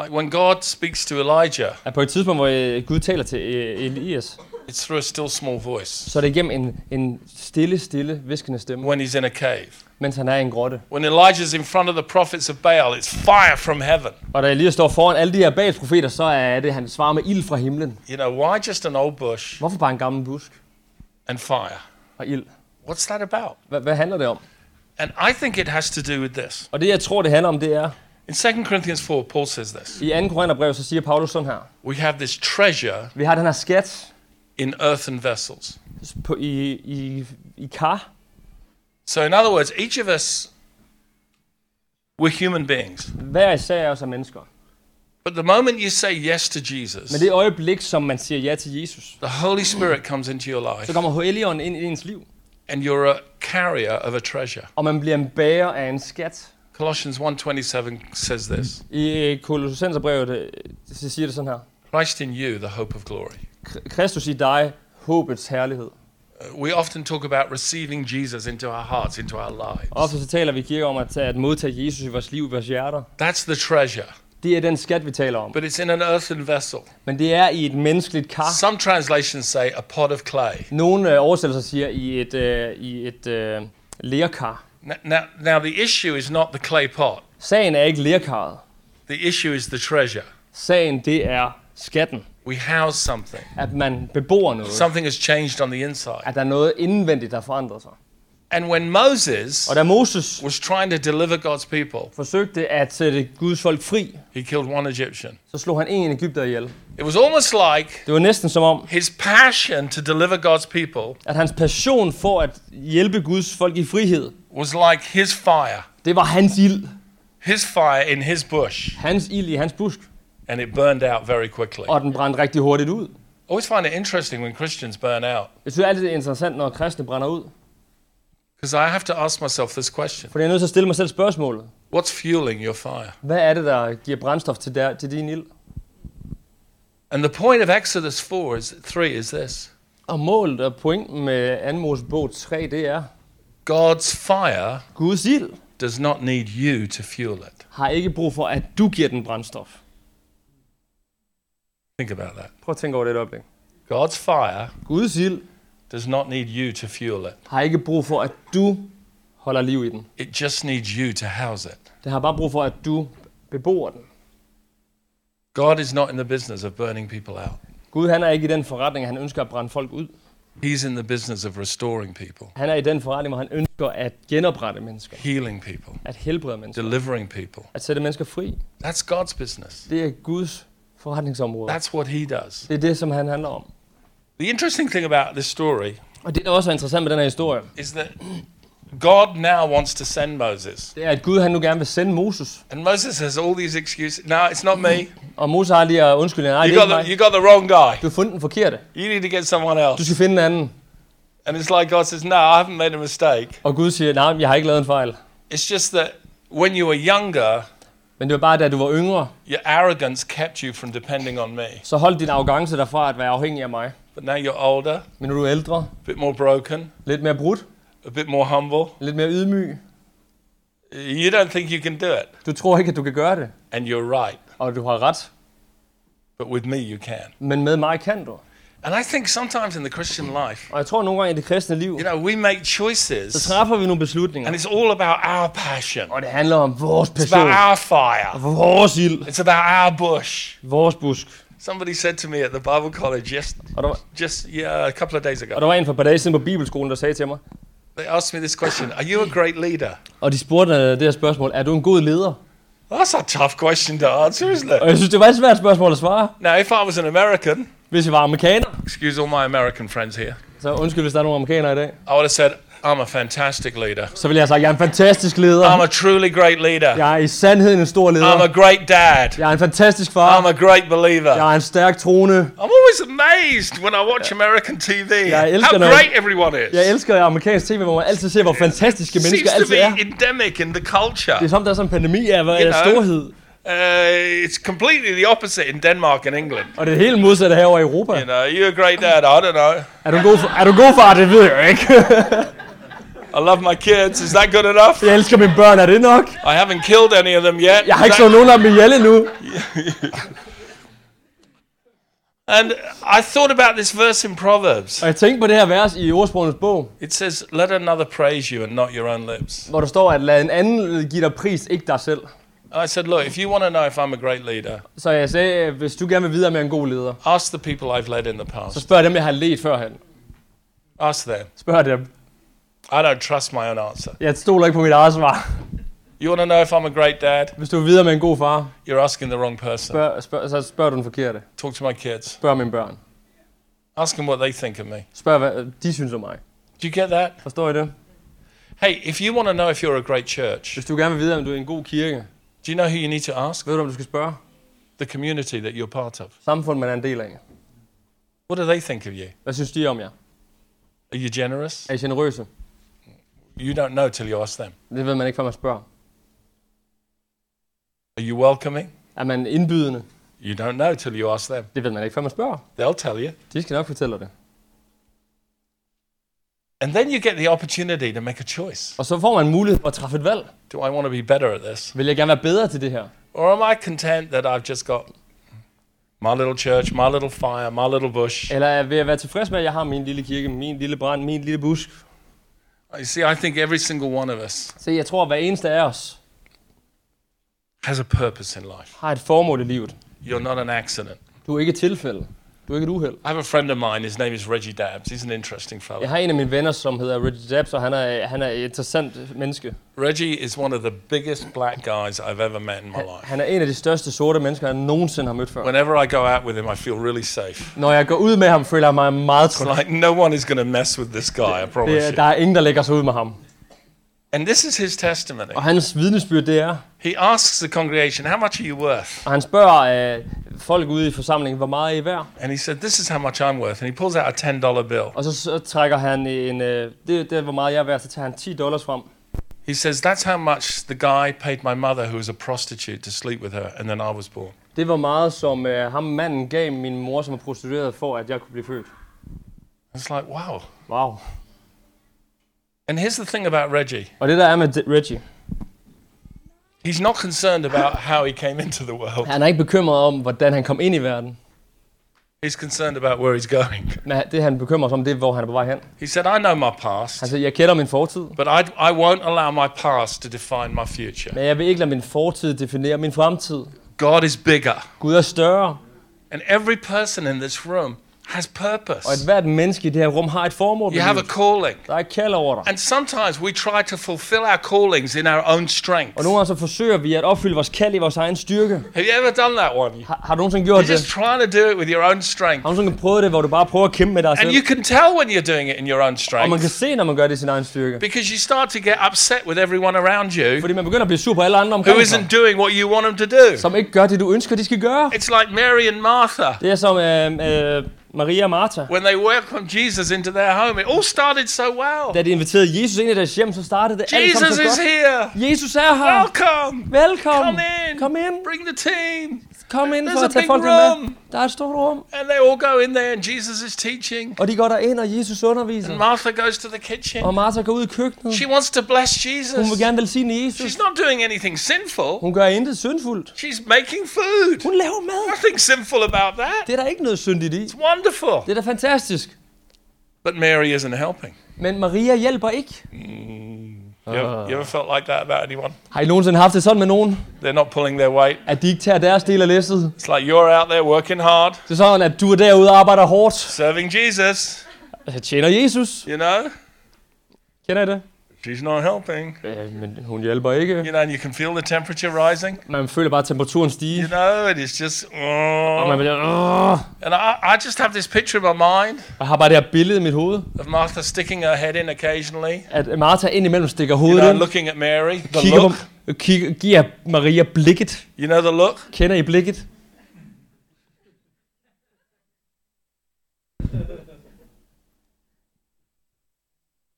Speaker 1: Like when God speaks to Elijah,
Speaker 2: At på et tidspunkt, hvor øh, Gud taler til øh, Elias,
Speaker 1: It's through a still small voice
Speaker 2: så er det igennem en, en stille, stille, viskende stemme,
Speaker 1: when he's in a cave.
Speaker 2: mens han er i en grotte.
Speaker 1: When Elijah's in front of the prophets of Baal, it's fire from heaven.
Speaker 2: Og da Elias står foran alle de her Baals profeter, så er det, han svarer med ild fra himlen.
Speaker 1: You know, why just an old bush
Speaker 2: Hvorfor bare en gammel busk
Speaker 1: and fire?
Speaker 2: og ild?
Speaker 1: What's that about?
Speaker 2: Hva- Hvad handler det om?
Speaker 1: And I think it has to do with this.
Speaker 2: Og det, jeg tror, det handler om, det er,
Speaker 1: In 2 Corinthians 4, Paul says this
Speaker 2: i 2. Korintherbrev, så siger Paulus sådan her.
Speaker 1: We have this treasure
Speaker 2: Vi har den her skat
Speaker 1: in earthen vessels.
Speaker 2: på, i, i, i kar.
Speaker 1: So, in other words, each of us, we're human beings.
Speaker 2: Hver især er os er mennesker.
Speaker 1: But the moment you say yes to Jesus,
Speaker 2: Men det øjeblik, som man siger ja til Jesus,
Speaker 1: the Holy Spirit comes into your life
Speaker 2: så kommer Helligånden ind i ens liv,
Speaker 1: and you're a carrier of a treasure.
Speaker 2: og man bliver en bærer af en skat.
Speaker 1: Colossians 1:27 says this.
Speaker 2: I øh, Kolossenserbrevet øh, så siger det sådan her.
Speaker 1: Christ in you, the hope of glory.
Speaker 2: "Kr- Kristus i dig, håbets herlighed.
Speaker 1: Uh, We often talk about receiving Jesus into our hearts, into our lives.
Speaker 2: Ofte så taler vi i kirke om at, tage, at modtage Jesus i vores liv, i vores hjerter.
Speaker 1: That's the treasure,
Speaker 2: Det er den skat, vi taler om.
Speaker 1: but it's in an earthen vessel.
Speaker 2: Men det er i et menneskeligt kar.
Speaker 1: Some translations say a pot of clay.
Speaker 2: Nogle øh, oversættelser siger i et, øh, i et øh, lerkar.
Speaker 1: N- Now, now, the issue is not the clay pot.
Speaker 2: Sagen er ikke lerkarret.
Speaker 1: The issue is the treasure.
Speaker 2: Sagen, det er skatten.
Speaker 1: We house something.
Speaker 2: At man bebor noget.
Speaker 1: Something has changed on the inside.
Speaker 2: At der er noget indvendigt, der forandrer sig.
Speaker 1: And when Moses
Speaker 2: Og da Moses
Speaker 1: was trying to deliver God's people,
Speaker 2: forsøgte at sætte Guds folk fri,
Speaker 1: he killed one Egyptian.
Speaker 2: så slog han en Ægypter ihjel.
Speaker 1: It was almost like
Speaker 2: Det var næsten som om,
Speaker 1: his passion to deliver God's people
Speaker 2: at hans passion for at hjælpe Guds folk i frihed,
Speaker 1: was like his fire,
Speaker 2: det var hans ild.
Speaker 1: his fire in his bush,
Speaker 2: Hans ild i hans busk.
Speaker 1: and it burned out very quickly. I
Speaker 2: Og den brændte rigtig hurtigt ud.
Speaker 1: always find it interesting when Christians burn out
Speaker 2: Jeg synes altid, det er interessant, når kristne brænder ud.
Speaker 1: because I have to ask myself this question
Speaker 2: For jeg er nødt til at stille mig selv spørgsmålet.
Speaker 1: What's fueling your fire?
Speaker 2: Hvad er det, der giver brændstof til, der, til din ild?
Speaker 1: And the point of Exodus 4 is 3 is this
Speaker 2: Og målet og pointen med 2. Mosebog 3, det er,
Speaker 1: God's fire
Speaker 2: Guds ild
Speaker 1: does not need you to fuel it.
Speaker 2: har ikke brug for, at du giver den brændstof.
Speaker 1: Think about that.
Speaker 2: Prøv at tænke over det et øjeblik.
Speaker 1: God's fire
Speaker 2: Guds ild
Speaker 1: does not need you to fuel it.
Speaker 2: har ikke brug for, at du holder liv i den.
Speaker 1: It just needs you to house it.
Speaker 2: Det har bare brug for, at du bebor den.
Speaker 1: God is not in the business of burning people out.
Speaker 2: Gud han er ikke i den forretning, at han ønsker at brænde folk ud.
Speaker 1: He's in the business of restoring people,
Speaker 2: Han er i den forretning, hvor han ønsker at genoprette mennesker.
Speaker 1: healing people,
Speaker 2: At helbrede mennesker.
Speaker 1: delivering people.
Speaker 2: At sætte mennesker fri.
Speaker 1: That's God's business.
Speaker 2: Det er Guds forretningsområde.
Speaker 1: That's what he does.
Speaker 2: Det er det, som han handler om.
Speaker 1: The interesting thing about this story
Speaker 2: Og det, der også er interessant med den her historie,
Speaker 1: is that God now wants to send Moses.
Speaker 2: det er, at Gud han nu gerne vil sende Moses.
Speaker 1: And Moses has all these excuses. No, it's not me.
Speaker 2: Og Moses har lige at undskylde, nej,
Speaker 1: You
Speaker 2: det er
Speaker 1: got
Speaker 2: ikke
Speaker 1: the,
Speaker 2: mig.
Speaker 1: you got the wrong guy.
Speaker 2: Du har fundet den forkerte.
Speaker 1: You need to get someone
Speaker 2: Du
Speaker 1: else.
Speaker 2: skal finde en anden.
Speaker 1: And it's like God says, No, I haven't made a mistake.
Speaker 2: Og Gud siger, nej, jeg har ikke lavet en fejl.
Speaker 1: It's just that when you were younger,
Speaker 2: Men det var bare, da du var yngre,
Speaker 1: your arrogance kept you from depending on me.
Speaker 2: så hold din arrogance derfra at være afhængig af mig.
Speaker 1: But now you're older,
Speaker 2: Men nu er du ældre,
Speaker 1: a bit more broken,
Speaker 2: lidt mere brudt,
Speaker 1: a bit more humble.
Speaker 2: lidt mere ydmyg.
Speaker 1: You don't think you can do it.
Speaker 2: Du tror ikke, at du kan gøre det.
Speaker 1: And you're right.
Speaker 2: Og du har ret.
Speaker 1: But with me, you can.
Speaker 2: Men med mig kan du.
Speaker 1: And I think sometimes in the Christian life,
Speaker 2: Og jeg tror nogle gange i det kristne liv,
Speaker 1: you know, we make
Speaker 2: så
Speaker 1: choices
Speaker 2: træffer vi nogle
Speaker 1: and
Speaker 2: beslutninger.
Speaker 1: it's all about our passion,
Speaker 2: Og det handler om vores
Speaker 1: it's about
Speaker 2: passion.
Speaker 1: our fire,
Speaker 2: Vores ild.
Speaker 1: it's about our bush.
Speaker 2: Vores busk.
Speaker 1: Somebody said to me at the Bible college just,
Speaker 2: Og der, var,
Speaker 1: just yeah, a couple of days ago,
Speaker 2: og der var en for et par dage siden på Bibelskolen, der sagde til mig,
Speaker 1: They asked me this question Are you a great leader?
Speaker 2: og de spurgte øh, det her spørgsmål, er du en god leder?
Speaker 1: That's a tough question to answer, isn't it?
Speaker 2: Og jeg synes, det var et svært spørgsmål at svare,
Speaker 1: Now, if I was an American,
Speaker 2: hvis jeg var amerikaner.
Speaker 1: excuse all my American friends here,
Speaker 2: Så undskyld, hvis der er nogle amerikanere i dag.
Speaker 1: I would have said, I'm a fantastic leader.
Speaker 2: Så ville jeg have sagt, jeg er en fantastisk leder.
Speaker 1: I'm a truly great leader.
Speaker 2: Jeg er i sandheden en stor leder.
Speaker 1: I'm a great dad.
Speaker 2: Jeg er en fantastisk far.
Speaker 1: I'm a great believer.
Speaker 2: Jeg er en stærk trone.
Speaker 1: I'm always amazed when I watch American TV
Speaker 2: Yeah, it's
Speaker 1: how
Speaker 2: gonna-
Speaker 1: great everyone is.
Speaker 2: Jeg elsker amerikansk tv, hvor man altid ser, hvor fantastiske
Speaker 1: Seems
Speaker 2: mennesker
Speaker 1: to
Speaker 2: altid er.
Speaker 1: be endemic in the culture.
Speaker 2: Det er som, der er sådan en pandemi af, hvad
Speaker 1: You
Speaker 2: er
Speaker 1: know.
Speaker 2: storhed.
Speaker 1: Uh, it's completely the opposite in Denmark and England.
Speaker 2: Og det er helt modsatte herovre i Europa.
Speaker 1: You know, are you a great dad? I don't know.
Speaker 2: Er du en god, er du en god far? Det ved jeg ikke.
Speaker 1: I love my kids. Is that good enough?
Speaker 2: Jeg elsker mine børn, er det nok?
Speaker 1: I haven't killed any of them yet.
Speaker 2: Jeg har
Speaker 1: Is
Speaker 2: ikke
Speaker 1: that-
Speaker 2: slået nogen af dem ihjel endnu.
Speaker 1: And I thought about this verse in Proverbs.
Speaker 2: Og jeg tænkte på det her vers i ordsprogenes bog,
Speaker 1: It says, Let another praise you and not your own lips.
Speaker 2: hvor der står, at lad en anden give dig pris, ikke dig selv.
Speaker 1: And I said, Look, if you want to know if I'm a great leader,
Speaker 2: Så jeg sagde, øh, hvis du gerne vil videre med en god leder,
Speaker 1: ask the people I've led in the
Speaker 2: så
Speaker 1: past.
Speaker 2: spørg dem, jeg har let førhen.
Speaker 1: Ask them.
Speaker 2: Spørg dem.
Speaker 1: I don't trust my own answer.
Speaker 2: Jeg stoler ikke på mit eget svar.
Speaker 1: You want to know if I'm a great dad?
Speaker 2: Hvis du vil videre med en god far,
Speaker 1: You're asking the wrong person.
Speaker 2: spørg, spørg, så spørg du den forkerte.
Speaker 1: Talk to my kids.
Speaker 2: Spørg mine børn.
Speaker 1: Ask them what they think of me.
Speaker 2: Spørg, hvad de synes om mig.
Speaker 1: Do you get that?
Speaker 2: Forstår I det?
Speaker 1: Hey, if you want to know if you're a great church,
Speaker 2: Hvis du gerne vil vide, om du er en god kirke,
Speaker 1: do you know who you need to ask?
Speaker 2: ved du, om du skal spørge
Speaker 1: The community that you're part of.
Speaker 2: samfundet, man er en del af.
Speaker 1: What do they think of you?
Speaker 2: Hvad synes de om jer?
Speaker 1: Are you generous?
Speaker 2: Er I generøse?
Speaker 1: You don't know till you ask them.
Speaker 2: Det ved man ikke, før man spørger.
Speaker 1: Are you welcoming?
Speaker 2: Er man indbydende?
Speaker 1: You don't know till you ask them.
Speaker 2: Det ved man ikke, før man spørger.
Speaker 1: They'll tell you.
Speaker 2: De skal nok fortælle dig det.
Speaker 1: And then you get the opportunity to make a choice.
Speaker 2: Og så får man mulighed for at træffe et valg.
Speaker 1: Do I want to be better at this?
Speaker 2: Vil jeg gerne være bedre til det her?
Speaker 1: Or am I content that I've just got my little church, my little fire, my little bush?
Speaker 2: Eller vil jeg være tilfreds med, at jeg har min lille kirke, min lille brand, min lille busk?
Speaker 1: You see, I think every single one of us
Speaker 2: Se, jeg tror, at hver eneste af os
Speaker 1: has a purpose in life.
Speaker 2: har et formål i livet.
Speaker 1: You're not an accident.
Speaker 2: Du er ikke et tilfælde. Du er ikke et uheld.
Speaker 1: I have a friend of mine, his name is Reggie Dabbs. He's an interesting fellow.
Speaker 2: Jeg har en af mine venner, som hedder Richard Dabbs, og han er, han er et interessant menneske.
Speaker 1: Reggie is one of the biggest black guys I've ever met in my life.
Speaker 2: Han er en af de største sorte mennesker, jeg nogensinde har mødt før.
Speaker 1: Whenever I go out with him, I feel really safe.
Speaker 2: Når jeg går ud med ham, føler jeg mig meget
Speaker 1: It's
Speaker 2: tryg.
Speaker 1: like no one is going to mess with this guy, I promise
Speaker 2: Det, der
Speaker 1: you.
Speaker 2: er ingen, der lægger sig ud med ham.
Speaker 1: And this is his testimony.
Speaker 2: Og hans vidnesbyrd, det er,
Speaker 1: He asks the congregation, How much are you worth?
Speaker 2: og han spørger øh, folk ude i forsamlingen, hvor meget er I værd?
Speaker 1: And he said, This is how much I'm worth. And he pulls out a $10 bill.
Speaker 2: Og så, så trækker han en, øh, det, det er, hvor meget jeg er værd, så tager han 10 dollars frem.
Speaker 1: He says, That's how much the guy paid my mother, who was a prostitute, to sleep with her. And then I was born.
Speaker 2: Det var meget, som øh, ham manden gav min mor, som var prostitueret, for at jeg kunne blive født.
Speaker 1: It's like, wow.
Speaker 2: Wow.
Speaker 1: And here's the thing about Reggie
Speaker 2: Og det der er med D- Reggie,
Speaker 1: he's not concerned about how he came into the world,
Speaker 2: han er ikke bekymret om, hvordan han kom ind i verden.
Speaker 1: he's concerned about where he's going.
Speaker 2: Men det, han bekymrer sig om, det er, hvor han er på vej hen.
Speaker 1: He said, I know my past,
Speaker 2: Altså, jeg kender min fortid,
Speaker 1: but I, I won't allow my past to define my future.
Speaker 2: men jeg vil ikke lade min fortid definere min fremtid.
Speaker 1: God is bigger.
Speaker 2: Gud er større,
Speaker 1: And every person in this room has
Speaker 2: og
Speaker 1: purpose.
Speaker 2: et hvert menneske i det her rum har et formål.
Speaker 1: You
Speaker 2: med
Speaker 1: have a
Speaker 2: livet.
Speaker 1: calling.
Speaker 2: Der er et kald over dig.
Speaker 1: And sometimes we try to fulfill our callings in our own strength.
Speaker 2: Og nogle gange så forsøger vi at opfylde vores kald i vores egen styrke.
Speaker 1: Have you ever done that one?
Speaker 2: Har, har du nogensinde gjort
Speaker 1: You're
Speaker 2: det?
Speaker 1: just trying to do it with your own
Speaker 2: Har
Speaker 1: strength.
Speaker 2: du nogensinde prøvet det, hvor du bare prøver at kæmpe med dig selv?
Speaker 1: And you can tell when you're doing it in your own
Speaker 2: Og man kan
Speaker 1: strength
Speaker 2: se, når man gør det i sin egen styrke.
Speaker 1: because you start to get upset with everyone around you
Speaker 2: Fordi man begynder at blive sur på alle andre
Speaker 1: who
Speaker 2: omkring sig,
Speaker 1: isn't doing what you want them to do.
Speaker 2: som ikke gør det, du ønsker, de skal gøre.
Speaker 1: It's like Mary and Martha
Speaker 2: Det er som øh, øh, Maria og Martha.
Speaker 1: when they welcomed Jesus into their home. It all started so well.
Speaker 2: Da de inviterede Jesus ind i deres hjem, så startede det alt sammen
Speaker 1: Jesus
Speaker 2: så
Speaker 1: is
Speaker 2: godt.
Speaker 1: here.
Speaker 2: Jesus er her.
Speaker 1: Welcome.
Speaker 2: Velkommen.
Speaker 1: Come in.
Speaker 2: Kom ind.
Speaker 1: Bring the team.
Speaker 2: Kom ind for
Speaker 1: There's
Speaker 2: at
Speaker 1: a
Speaker 2: tage
Speaker 1: big
Speaker 2: folk med.
Speaker 1: room.
Speaker 2: Der er et stort rum.
Speaker 1: And they all go in there and Jesus is teaching.
Speaker 2: Og de går derind, og Jesus underviser.
Speaker 1: And Martha goes to the kitchen.
Speaker 2: Og Martha går ud i køkkenet.
Speaker 1: She wants to bless
Speaker 2: Hun vil
Speaker 1: Jesus.
Speaker 2: gerne velsigne Jesus.
Speaker 1: She's not doing anything sinful.
Speaker 2: Hun gør intet syndfuldt.
Speaker 1: She's making food.
Speaker 2: Hun laver mad.
Speaker 1: Nothing sinful about that.
Speaker 2: Det er der ikke noget syndigt i.
Speaker 1: It's wonderful.
Speaker 2: Det er da fantastisk.
Speaker 1: But Mary isn't helping.
Speaker 2: Men Maria hjælper ikke.
Speaker 1: You, ever, you ever felt like that about anyone?
Speaker 2: Har I nogensinde haft det sådan med nogen,
Speaker 1: They're not pulling their weight.
Speaker 2: at de ikke tager deres del af læsset?
Speaker 1: It's like you're out there working hard,
Speaker 2: Det er sådan, at du er derude og arbejder hårdt.
Speaker 1: serving Jesus,
Speaker 2: Jeg tjener Jesus.
Speaker 1: you know?
Speaker 2: Kender I det?
Speaker 1: She's not helping.
Speaker 2: Øh, men hun hjælper ikke.
Speaker 1: You know, and you can feel the temperature rising,
Speaker 2: Man føler bare temperaturen stige.
Speaker 1: you know, and it's just.
Speaker 2: Og man
Speaker 1: Oh.
Speaker 2: bliver, "Åh."
Speaker 1: And I, I just have this picture in my mind
Speaker 2: Og jeg har bare det her billede i mit hoved,
Speaker 1: of Martha sticking her head in occasionally,
Speaker 2: at Martha indimellem stikker
Speaker 1: you
Speaker 2: hovedet
Speaker 1: know,
Speaker 2: ind,
Speaker 1: looking at Mary. The
Speaker 2: kigger på, øh,
Speaker 1: look.
Speaker 2: kigger, giver Maria blikket.
Speaker 1: You know the look?
Speaker 2: Kender I blikket?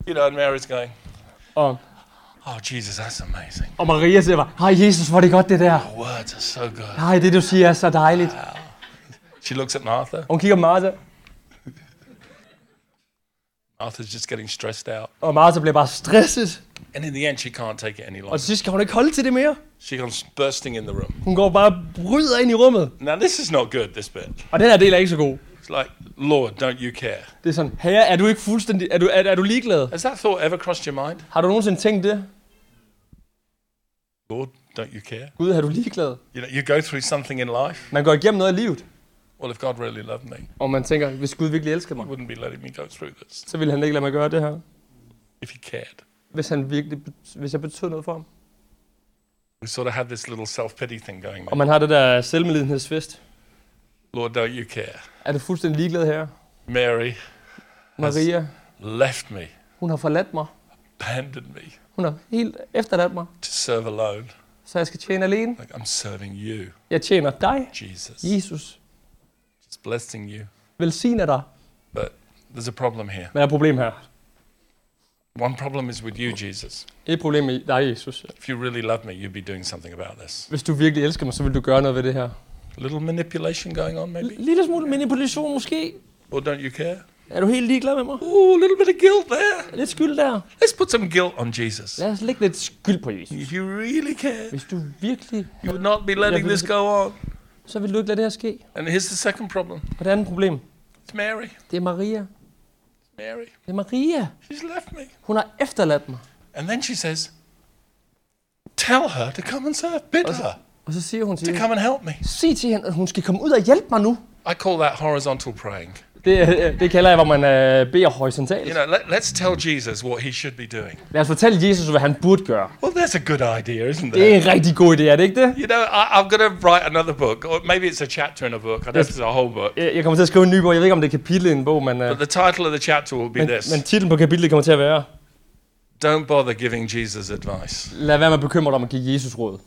Speaker 1: You know, and Mary's going,
Speaker 2: Og,
Speaker 1: Oh, Jesus, that's amazing.
Speaker 2: og Maria siger bare, hej Jesus, hvor er det godt det der.
Speaker 1: The words are so good.
Speaker 2: Hej, det du siger er så dejligt.
Speaker 1: She looks at Martha.
Speaker 2: Og hun kigger på Martha,
Speaker 1: Martha's just getting stressed out.
Speaker 2: og Martha bliver bare stresset.
Speaker 1: And in the end, she can't take it any
Speaker 2: Og til
Speaker 1: longer.
Speaker 2: sidst kan hun ikke holde til det mere.
Speaker 1: She comes bursting in the room.
Speaker 2: Hun går bare og bryder ind i rummet.
Speaker 1: Now, this is not good, this bit.
Speaker 2: Og den her del er ikke så god.
Speaker 1: It's like, Lord, don't you care?
Speaker 2: Det er sådan, herre, er du ikke fuldstændig... Er du, er, er du ligeglad?
Speaker 1: Has that thought ever crossed your mind?
Speaker 2: Har du nogensinde tænkt det?
Speaker 1: Lord, don't you care?
Speaker 2: Gud, er du ligeglad?
Speaker 1: You know, you go through something in life.
Speaker 2: Man går igennem noget i livet,
Speaker 1: Well, if God really loved me,
Speaker 2: og man tænker, hvis Gud virkelig elsker mig,
Speaker 1: He wouldn't be letting me go through this
Speaker 2: så ville han ikke lade mig gøre det her.
Speaker 1: if He cared.
Speaker 2: Hvis, han virkelig, bet- hvis jeg betød noget for ham.
Speaker 1: We sort of have this little self pity thing going
Speaker 2: Og
Speaker 1: on.
Speaker 2: man har det der selvmedlidenhedsfest.
Speaker 1: Lord, don't you care?
Speaker 2: Er du fuldstændig ligeglad her?
Speaker 1: Mary
Speaker 2: Maria,
Speaker 1: left me,
Speaker 2: hun har forladt mig.
Speaker 1: abandoned me
Speaker 2: Hun har helt efterladt mig,
Speaker 1: to serve alone.
Speaker 2: så jeg skal tjene alene.
Speaker 1: Like I'm serving you,
Speaker 2: Jeg tjener dig,
Speaker 1: Jesus.
Speaker 2: Jesus.
Speaker 1: Just blessing you.
Speaker 2: Velsigner dig.
Speaker 1: But there's a problem here.
Speaker 2: Men der er et problem her.
Speaker 1: One problem is with you, Jesus.
Speaker 2: Et problem med dig, Jesus.
Speaker 1: If you really love me, you'd be doing something about this.
Speaker 2: Hvis du virkelig elsker mig, så vil du gøre noget ved det her.
Speaker 1: A little manipulation going on, maybe?
Speaker 2: Lille smule manipulation måske.
Speaker 1: Or don't you care?
Speaker 2: Er du helt ligeglad med mig?
Speaker 1: Ooh, a little bit of guilt there.
Speaker 2: Lidt skyld der.
Speaker 1: Let's put some guilt on Jesus.
Speaker 2: Lad os lægge lidt skyld på Jesus.
Speaker 1: If you really cared,
Speaker 2: Hvis du virkelig,
Speaker 1: you would not be letting this go on.
Speaker 2: så vil du ikke lade det her ske.
Speaker 1: And here's the second problem.
Speaker 2: Og det andet problem,
Speaker 1: It's Mary.
Speaker 2: det er Maria.
Speaker 1: Mary,
Speaker 2: Det er Maria.
Speaker 1: she's left me.
Speaker 2: Hun har efterladt mig.
Speaker 1: And then she says, Tell her to come and serve. Bid her
Speaker 2: Og så siger hun til
Speaker 1: to
Speaker 2: hende,
Speaker 1: come and help me.
Speaker 2: sig til hende, at hun skal komme ud og hjælpe mig nu.
Speaker 1: I call that horizontal praying.
Speaker 2: Det, øh, det kalder jeg, hvor man øh, beder horisontalt.
Speaker 1: You know, let, let's tell Jesus what he should be doing.
Speaker 2: Lad os fortælle Jesus, hvad han burde gøre.
Speaker 1: Well, that's a good idea, isn't
Speaker 2: Det er
Speaker 1: there?
Speaker 2: en rigtig god idé, er det ikke det?
Speaker 1: You know, I, I'm going to write another book, or maybe it's a chapter in a book. I don't know if it's a whole book.
Speaker 2: Jeg- Jeg kommer til at skrive en ny bog. Jeg ved ikke, om det er et kapitel i en bog, men, øh,
Speaker 1: But the title of the chapter will be
Speaker 2: men,
Speaker 1: this
Speaker 2: men titlen på kapitlet kommer til at være,
Speaker 1: Don't bother giving Jesus advice.
Speaker 2: lad være med at bekymre dig om at give Jesus råd.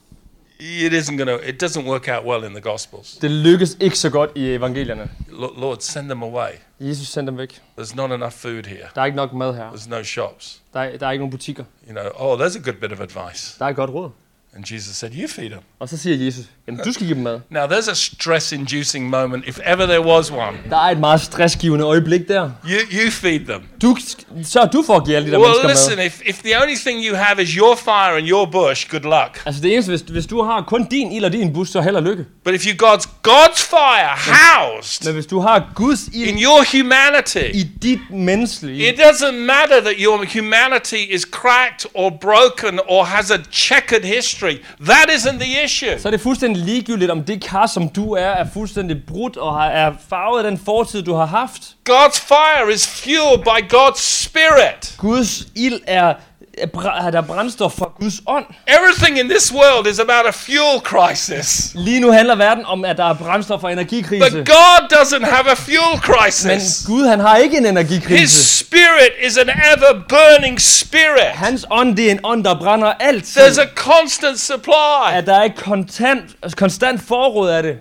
Speaker 1: It isn't going to, it doesn't work out well in the Gospels.
Speaker 2: Det lykkes ikke så godt i evangelierne.
Speaker 1: Lo- Lord, send them away.
Speaker 2: Jesus sendte dem væk.
Speaker 1: There's not enough food here.
Speaker 2: Der er ikke nok mad her.
Speaker 1: There's no shops.
Speaker 2: Der er, der er ikke nogen butikker.
Speaker 1: You know, oh, there's a good bit of advice.
Speaker 2: Der er et godt råd.
Speaker 1: And Jesus said, You feed them.
Speaker 2: Og så siger Jesus, jamen du skal give dem mad.
Speaker 1: Now, there's a stress inducing moment, if ever there was one.
Speaker 2: Der er et meget stressgivende øjeblik der.
Speaker 1: You, you feed them.
Speaker 2: Du, sk- sørg du for at give alle de der
Speaker 1: Well,
Speaker 2: mennesker
Speaker 1: listen,
Speaker 2: mad.
Speaker 1: if, if the only thing you have is your fire and your bush, good luck.
Speaker 2: Altså det eneste, hvis, hvis du har kun din ild og din bus, så held og lykke.
Speaker 1: But if you God's God's fire housed
Speaker 2: Men hvis du har Guds ild
Speaker 1: in your
Speaker 2: i
Speaker 1: humanity,
Speaker 2: dit menneskelige,
Speaker 1: it doesn't matter that your humanity is cracked or broken or has a checkered history. That isn't the issue.
Speaker 2: så er det fuldstændig ligegyldigt, om det kar, som du er, er fuldstændig brudt og har, er farvet af den fortid, du har haft.
Speaker 1: God's fire is fueled by God's spirit.
Speaker 2: Guds ild er, er, bra- er der brændstof fra Guds ånd.
Speaker 1: Everything in this world is about a fuel crisis.
Speaker 2: Lige nu handler verden om, at der er brændstof og energikrise.
Speaker 1: But God doesn't have a fuel
Speaker 2: Men
Speaker 1: crisis.
Speaker 2: Gud, han har ikke en
Speaker 1: His
Speaker 2: energikrise.
Speaker 1: spirit is an ever burning spirit.
Speaker 2: Hans ånd, det er en ånd, der brænder alt.
Speaker 1: There's a constant supply.
Speaker 2: At der er ikke kontant, konstant forråd af det.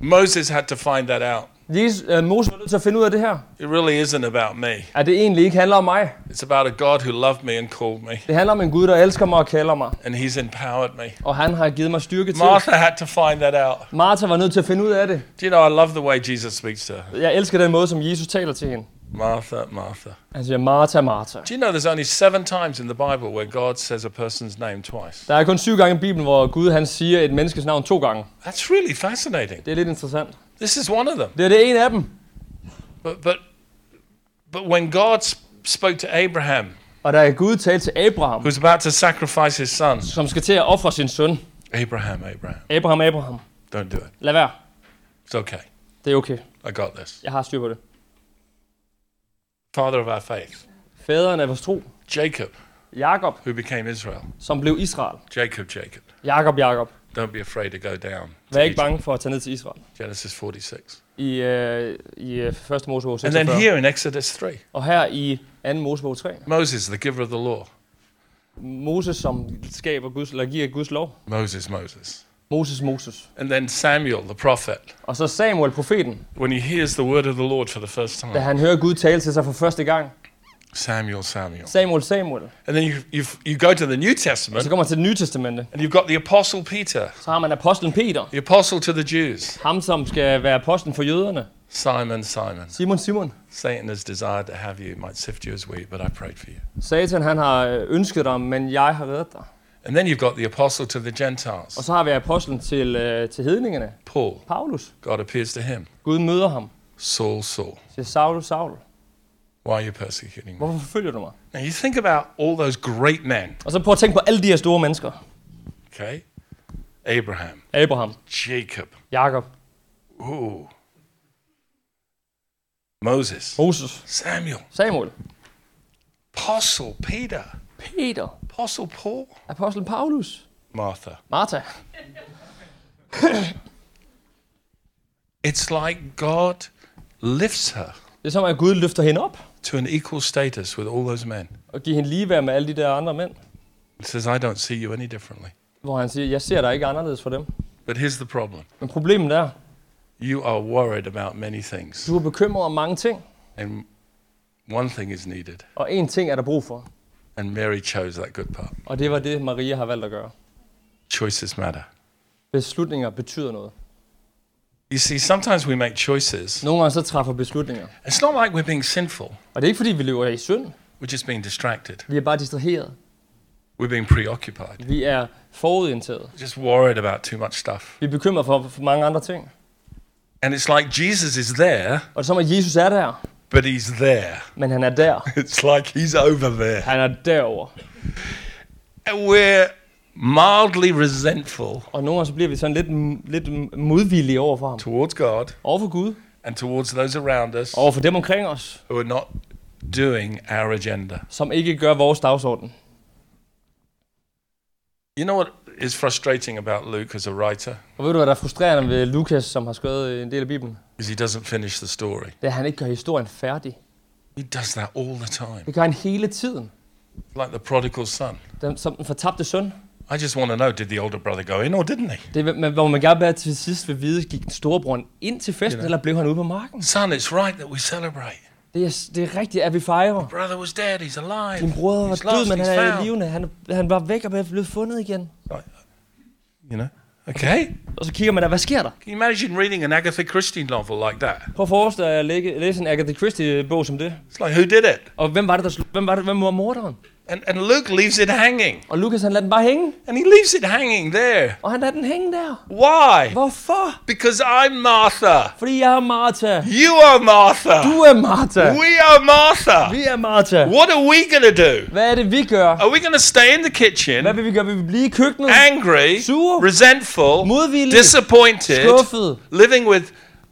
Speaker 1: Moses had to find that out.
Speaker 2: Jesus, øh, Moses var nødt til at finde ud af det her.
Speaker 1: It really isn't about me.
Speaker 2: At det egentlig ikke handler om mig.
Speaker 1: It's about a God who loved me and called me,
Speaker 2: Det handler om en Gud, der elsker mig og kalder mig.
Speaker 1: and He's empowered me.
Speaker 2: Og han har givet mig styrke til.
Speaker 1: Martha had to find that out.
Speaker 2: Martha var nødt til at finde ud af det.
Speaker 1: Do you know, I love the way Jesus speaks to her.
Speaker 2: Jeg elsker den måde, som Jesus taler til hende.
Speaker 1: Martha, Martha.
Speaker 2: Han siger, Martha, Martha.
Speaker 1: Do you know there's only seven times in the Bible where God says a person's name twice?
Speaker 2: Der er kun syv gange i Bibelen, hvor Gud han siger et menneskes navn to gange.
Speaker 1: That's really fascinating.
Speaker 2: Det er lidt interessant.
Speaker 1: This is one of them.
Speaker 2: Det er det ene af dem.
Speaker 1: But, but, but when God sp- spoke to Abraham,
Speaker 2: Og da Gud talte til Abraham,
Speaker 1: who's about to sacrifice his son,
Speaker 2: som skal til at ofre sin søn.
Speaker 1: Abraham, Abraham,
Speaker 2: Abraham, Abraham.
Speaker 1: don't do it.
Speaker 2: Lad være.
Speaker 1: It's okay.
Speaker 2: Det er okay.
Speaker 1: I got this.
Speaker 2: Jeg har styr på det.
Speaker 1: Father of our faith,
Speaker 2: Faderen af vores tro,
Speaker 1: Jacob,
Speaker 2: Jakob,
Speaker 1: who became Israel.
Speaker 2: som blev Israel.
Speaker 1: Jacob, Jacob,
Speaker 2: Jakob, Jakob.
Speaker 1: don't be afraid to go down. to
Speaker 2: Vær ikke
Speaker 1: Egypt.
Speaker 2: bange for at tage ned til Israel.
Speaker 1: Genesis 46.
Speaker 2: I, øh, i øh, 1. Mosebog
Speaker 1: And then
Speaker 2: 46.
Speaker 1: here in Exodus 3,
Speaker 2: Og her i 2. Mosebog 3.
Speaker 1: Moses, the giver of the law.
Speaker 2: Moses, som skaber Guds, eller giver Guds lov.
Speaker 1: Moses, Moses.
Speaker 2: Moses, Moses.
Speaker 1: And then Samuel, the prophet,
Speaker 2: Og så Samuel, profeten,
Speaker 1: when he hears the word of the Lord for the first
Speaker 2: da
Speaker 1: time.
Speaker 2: han hører Gud tale til sig for første gang.
Speaker 1: Samuel, Samuel.
Speaker 2: Samuel, Samuel.
Speaker 1: And then you, you, you go to the New
Speaker 2: Og så
Speaker 1: Testament
Speaker 2: kommer man til det nye testamente.
Speaker 1: and you've got the Apostle Peter,
Speaker 2: Så har man apostlen Peter.
Speaker 1: the Apostle to the Jews.
Speaker 2: Ham, som skal være apostlen for jøderne.
Speaker 1: Simon, Simon,
Speaker 2: Simon, Simon.
Speaker 1: Satan has desired to have you, might sift you as wheat, but I prayed for you.
Speaker 2: Satan, han har øh, ønsket dig, men jeg har reddet dig.
Speaker 1: And then you've got the Apostle to the
Speaker 2: Og
Speaker 1: Gentiles,
Speaker 2: så har vi apostlen til, øh, til hedningerne.
Speaker 1: Paul.
Speaker 2: Paulus.
Speaker 1: God appears to him,
Speaker 2: Gud møder ham.
Speaker 1: Saul, Saul.
Speaker 2: Siger, Saul, Saul.
Speaker 1: Why are you persecuting me?
Speaker 2: Hvorfor forfølger du mig?
Speaker 1: Now you think about all those great men,
Speaker 2: Og så prøv at tænke på alle de her store mennesker.
Speaker 1: okay? Abraham,
Speaker 2: Abraham,
Speaker 1: Jacob,
Speaker 2: Jakob,
Speaker 1: ooh, Moses,
Speaker 2: Moses,
Speaker 1: Samuel,
Speaker 2: Samuel,
Speaker 1: Apostle Peter,
Speaker 2: Peter,
Speaker 1: Apostle Paul,
Speaker 2: apostlen Paulus,
Speaker 1: Martha.
Speaker 2: Martha.
Speaker 1: It's like God lifts her
Speaker 2: Det er som, at Gud løfter hende op
Speaker 1: to an equal status with all those men.
Speaker 2: og giver hende ligeværd med alle de der andre mænd.
Speaker 1: He says, I don't see you any differently.
Speaker 2: Hvor han siger, jeg ser dig ikke anderledes for dem.
Speaker 1: But here's the problem
Speaker 2: Men problemet er,
Speaker 1: you are worried about many things,
Speaker 2: du er bekymret om mange ting,
Speaker 1: and one thing is needed.
Speaker 2: og én ting er der brug for.
Speaker 1: And Mary chose that good part.
Speaker 2: Og det var det, Maria har valgt at gøre.
Speaker 1: Choices matter.
Speaker 2: Beslutninger betyder noget.
Speaker 1: You see, sometimes we make choices.
Speaker 2: Nogle gange så træffer beslutninger.
Speaker 1: It's not like we're being sinful,
Speaker 2: Og det er ikke fordi, vi lever i synd.
Speaker 1: we're just being distracted,
Speaker 2: Vi er bare distraheret.
Speaker 1: we're being preoccupied,
Speaker 2: Vi er forudorienterede.
Speaker 1: We're just worried about too much stuff.
Speaker 2: Vi er bekymret for, for mange andre ting.
Speaker 1: And it's like Jesus is there,
Speaker 2: Og det er som, at Jesus er der,
Speaker 1: but he's there.
Speaker 2: men han er der.
Speaker 1: It's like he's over there.
Speaker 2: Han er derover.
Speaker 1: And we're mildly resentful
Speaker 2: Og nogle gange så bliver vi sådan lidt, lidt modvillige over for ham.
Speaker 1: towards God
Speaker 2: Over for Gud.
Speaker 1: and towards those around us
Speaker 2: Over for dem omkring os,
Speaker 1: who are not doing our agenda.
Speaker 2: som ikke gør vores dagsorden.
Speaker 1: You know what is frustrating about Luke as a writer?
Speaker 2: Og ved du, hvad der er frustrerende ved Lukas, som har skrevet øh, en del af Bibelen?
Speaker 1: Is he doesn't finish the story.
Speaker 2: Det er, at han ikke gør historien færdig.
Speaker 1: He does that all the time.
Speaker 2: Det gør han hele tiden.
Speaker 1: Like the prodigal son.
Speaker 2: Den, som den fortabte søn.
Speaker 1: I just want to know did the older brother go in or didn't he?
Speaker 2: Det, er, man- hvor man gerne bare til sidst vil vide, gik den storebror ind til festen, eller blev han ude på marken?
Speaker 1: Son, it's right that we celebrate.
Speaker 2: Det er, det er rigtigt, at vi fejrer.
Speaker 1: Brother was dead, he's alive.
Speaker 2: Din bror var
Speaker 1: he's
Speaker 2: død,
Speaker 1: lost,
Speaker 2: men
Speaker 1: he's
Speaker 2: han er i
Speaker 1: found.
Speaker 2: live. Han, han var væk og blev- blev fundet igen.
Speaker 1: You know? Okay.
Speaker 2: Og så kigger man der, hvad sker der?
Speaker 1: Can you imagine reading an Agatha Christie novel like that?
Speaker 2: Prøv at forestille dig at lægge, læse en Agatha Christie-bog som det.
Speaker 1: It's like, who did it?
Speaker 2: Og hvem var det, der slog, hvem var det, hvem var morderen?
Speaker 1: And, and Luke leaves it hanging.
Speaker 2: Og Lukas han lader den bare hænge,
Speaker 1: And he leaves it hanging there.
Speaker 2: og han lader den hænge der.
Speaker 1: Why?
Speaker 2: Hvorfor?
Speaker 1: Because I'm Martha.
Speaker 2: Fordi jeg er Martha.
Speaker 1: You are Martha.
Speaker 2: Du er Martha.
Speaker 1: We are Martha.
Speaker 2: Vi er Martha.
Speaker 1: What are we going to do?
Speaker 2: Hvad er det, vi gør?
Speaker 1: Are we going to stay in the
Speaker 2: Hvad
Speaker 1: kitchen,
Speaker 2: vil vi gøre? Vil vi blive i køkkenet?
Speaker 1: angry,
Speaker 2: Sure.
Speaker 1: resentful,
Speaker 2: Modvillige?
Speaker 1: disappointed,
Speaker 2: Skuffet?
Speaker 1: living with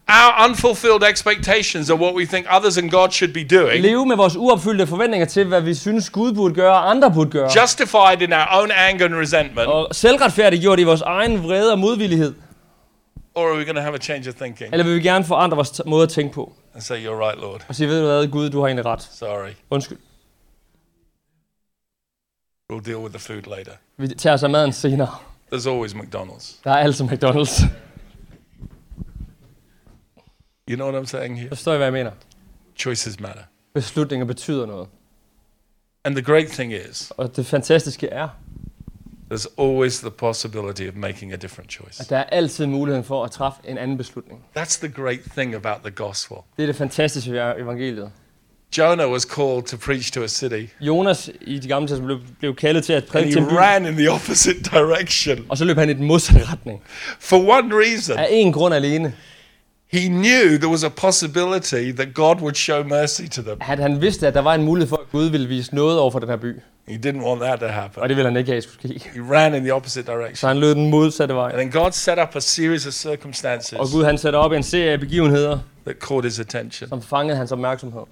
Speaker 1: our unfulfilled expectations of what we think others and God should be doing,
Speaker 2: Leve med vores uopfyldte forventninger til, hvad vi synes Gud burde gøre, og andre burde gøre.
Speaker 1: justified in our own anger and resentment?
Speaker 2: Og selvretfærdiggjort i vores egen vrede og modvillighed.
Speaker 1: Or are we going to have a change of thinking
Speaker 2: Eller vil vi gerne forandre vores t- måde at tænke på?
Speaker 1: and say, You're right, Lord?
Speaker 2: Og sige, ved du hvad, Gud, du har egentlig ret.
Speaker 1: Sorry.
Speaker 2: Undskyld.
Speaker 1: We'll deal with the food later.
Speaker 2: Vi tager så maden senere.
Speaker 1: There's always McDonald's.
Speaker 2: Der er altid McDonald's.
Speaker 1: You know what I'm saying here?
Speaker 2: Forstår I, hvad jeg mener?
Speaker 1: Choices matter.
Speaker 2: Beslutninger betyder noget.
Speaker 1: And the great thing is,
Speaker 2: Og det fantastiske er,
Speaker 1: there's always the possibility of making a different choice.
Speaker 2: at der er altid muligheden for at træffe en anden beslutning.
Speaker 1: That's the great thing about the gospel.
Speaker 2: Det er det fantastiske ved evangeliet.
Speaker 1: Jonah was called to preach to a city,
Speaker 2: Jonas i de gamle testament blev, blev kaldet til at
Speaker 1: and
Speaker 2: prædike
Speaker 1: he
Speaker 2: til en by,
Speaker 1: ran in the opposite direction
Speaker 2: og så løb han i den modsatte retning.
Speaker 1: for one reason.
Speaker 2: Af én grund alene,
Speaker 1: He knew there was a possibility that God would show mercy to them.
Speaker 2: at han vidste, at der var en mulighed for, at Gud ville vise noget over for den her by.
Speaker 1: He didn't want that to happen.
Speaker 2: Og det ville han ikke have, skulle ske.
Speaker 1: He ran in the opposite
Speaker 2: Så
Speaker 1: direction.
Speaker 2: han løb den modsatte vej.
Speaker 1: And then God set up a series of
Speaker 2: Og
Speaker 1: circumstances
Speaker 2: Gud han satte op en serie af begivenheder,
Speaker 1: that caught his attention.
Speaker 2: som fangede hans opmærksomhed.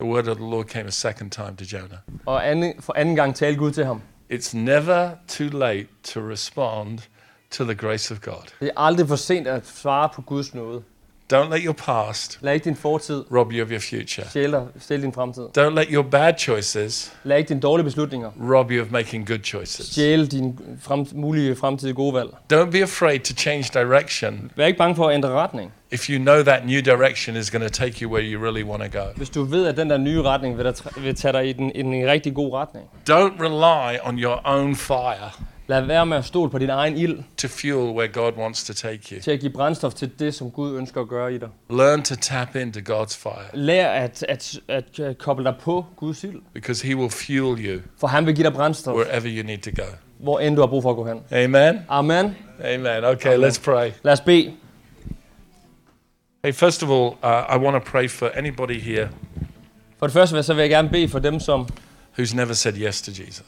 Speaker 1: The word of the Lord came a second time to Jonah.
Speaker 2: Og anden, for anden gang talte Gud til ham.
Speaker 1: It's never too late to respond to the grace of God.
Speaker 2: Det er aldrig for sent at svare på Guds nåde.
Speaker 1: Don't let your past
Speaker 2: Lad ikke din fortid
Speaker 1: rob you of your future.
Speaker 2: stjæle dig- stjæle din fremtid.
Speaker 1: Don't let your bad choices
Speaker 2: Lad ikke dine dårlige beslutninger
Speaker 1: rob you of making good choices.
Speaker 2: stjæle dine frem, mulige fremtidige gode valg.
Speaker 1: Don't be afraid to change direction
Speaker 2: Vær ikke bange for at ændre retning.
Speaker 1: if you know that new direction is going to take you where you really want to go.
Speaker 2: Hvis du ved, at den der nye retning vil, der, tr- vil tage dig i den, i den rigtig god retning.
Speaker 1: Don't rely on your own fire
Speaker 2: Lad være med at stole på din egen ild
Speaker 1: to fuel where God wants to take you.
Speaker 2: til at give brændstof til det, som Gud ønsker at gøre i dig.
Speaker 1: Learn to tap into God's fire
Speaker 2: Lær at, at, at, at koble dig på Guds ild,
Speaker 1: because He will fuel you
Speaker 2: for han vil give dig brændstof,
Speaker 1: wherever you need to go.
Speaker 2: hvor end du har brug for at gå hen.
Speaker 1: Amen.
Speaker 2: Amen.
Speaker 1: Amen. Okay, let's pray.
Speaker 2: Lad os bede.
Speaker 1: Hey, first of all, uh, I want to pray for anybody here
Speaker 2: For det første vil jeg- så vil jeg gerne bede for dem, som
Speaker 1: who's never said yes to Jesus.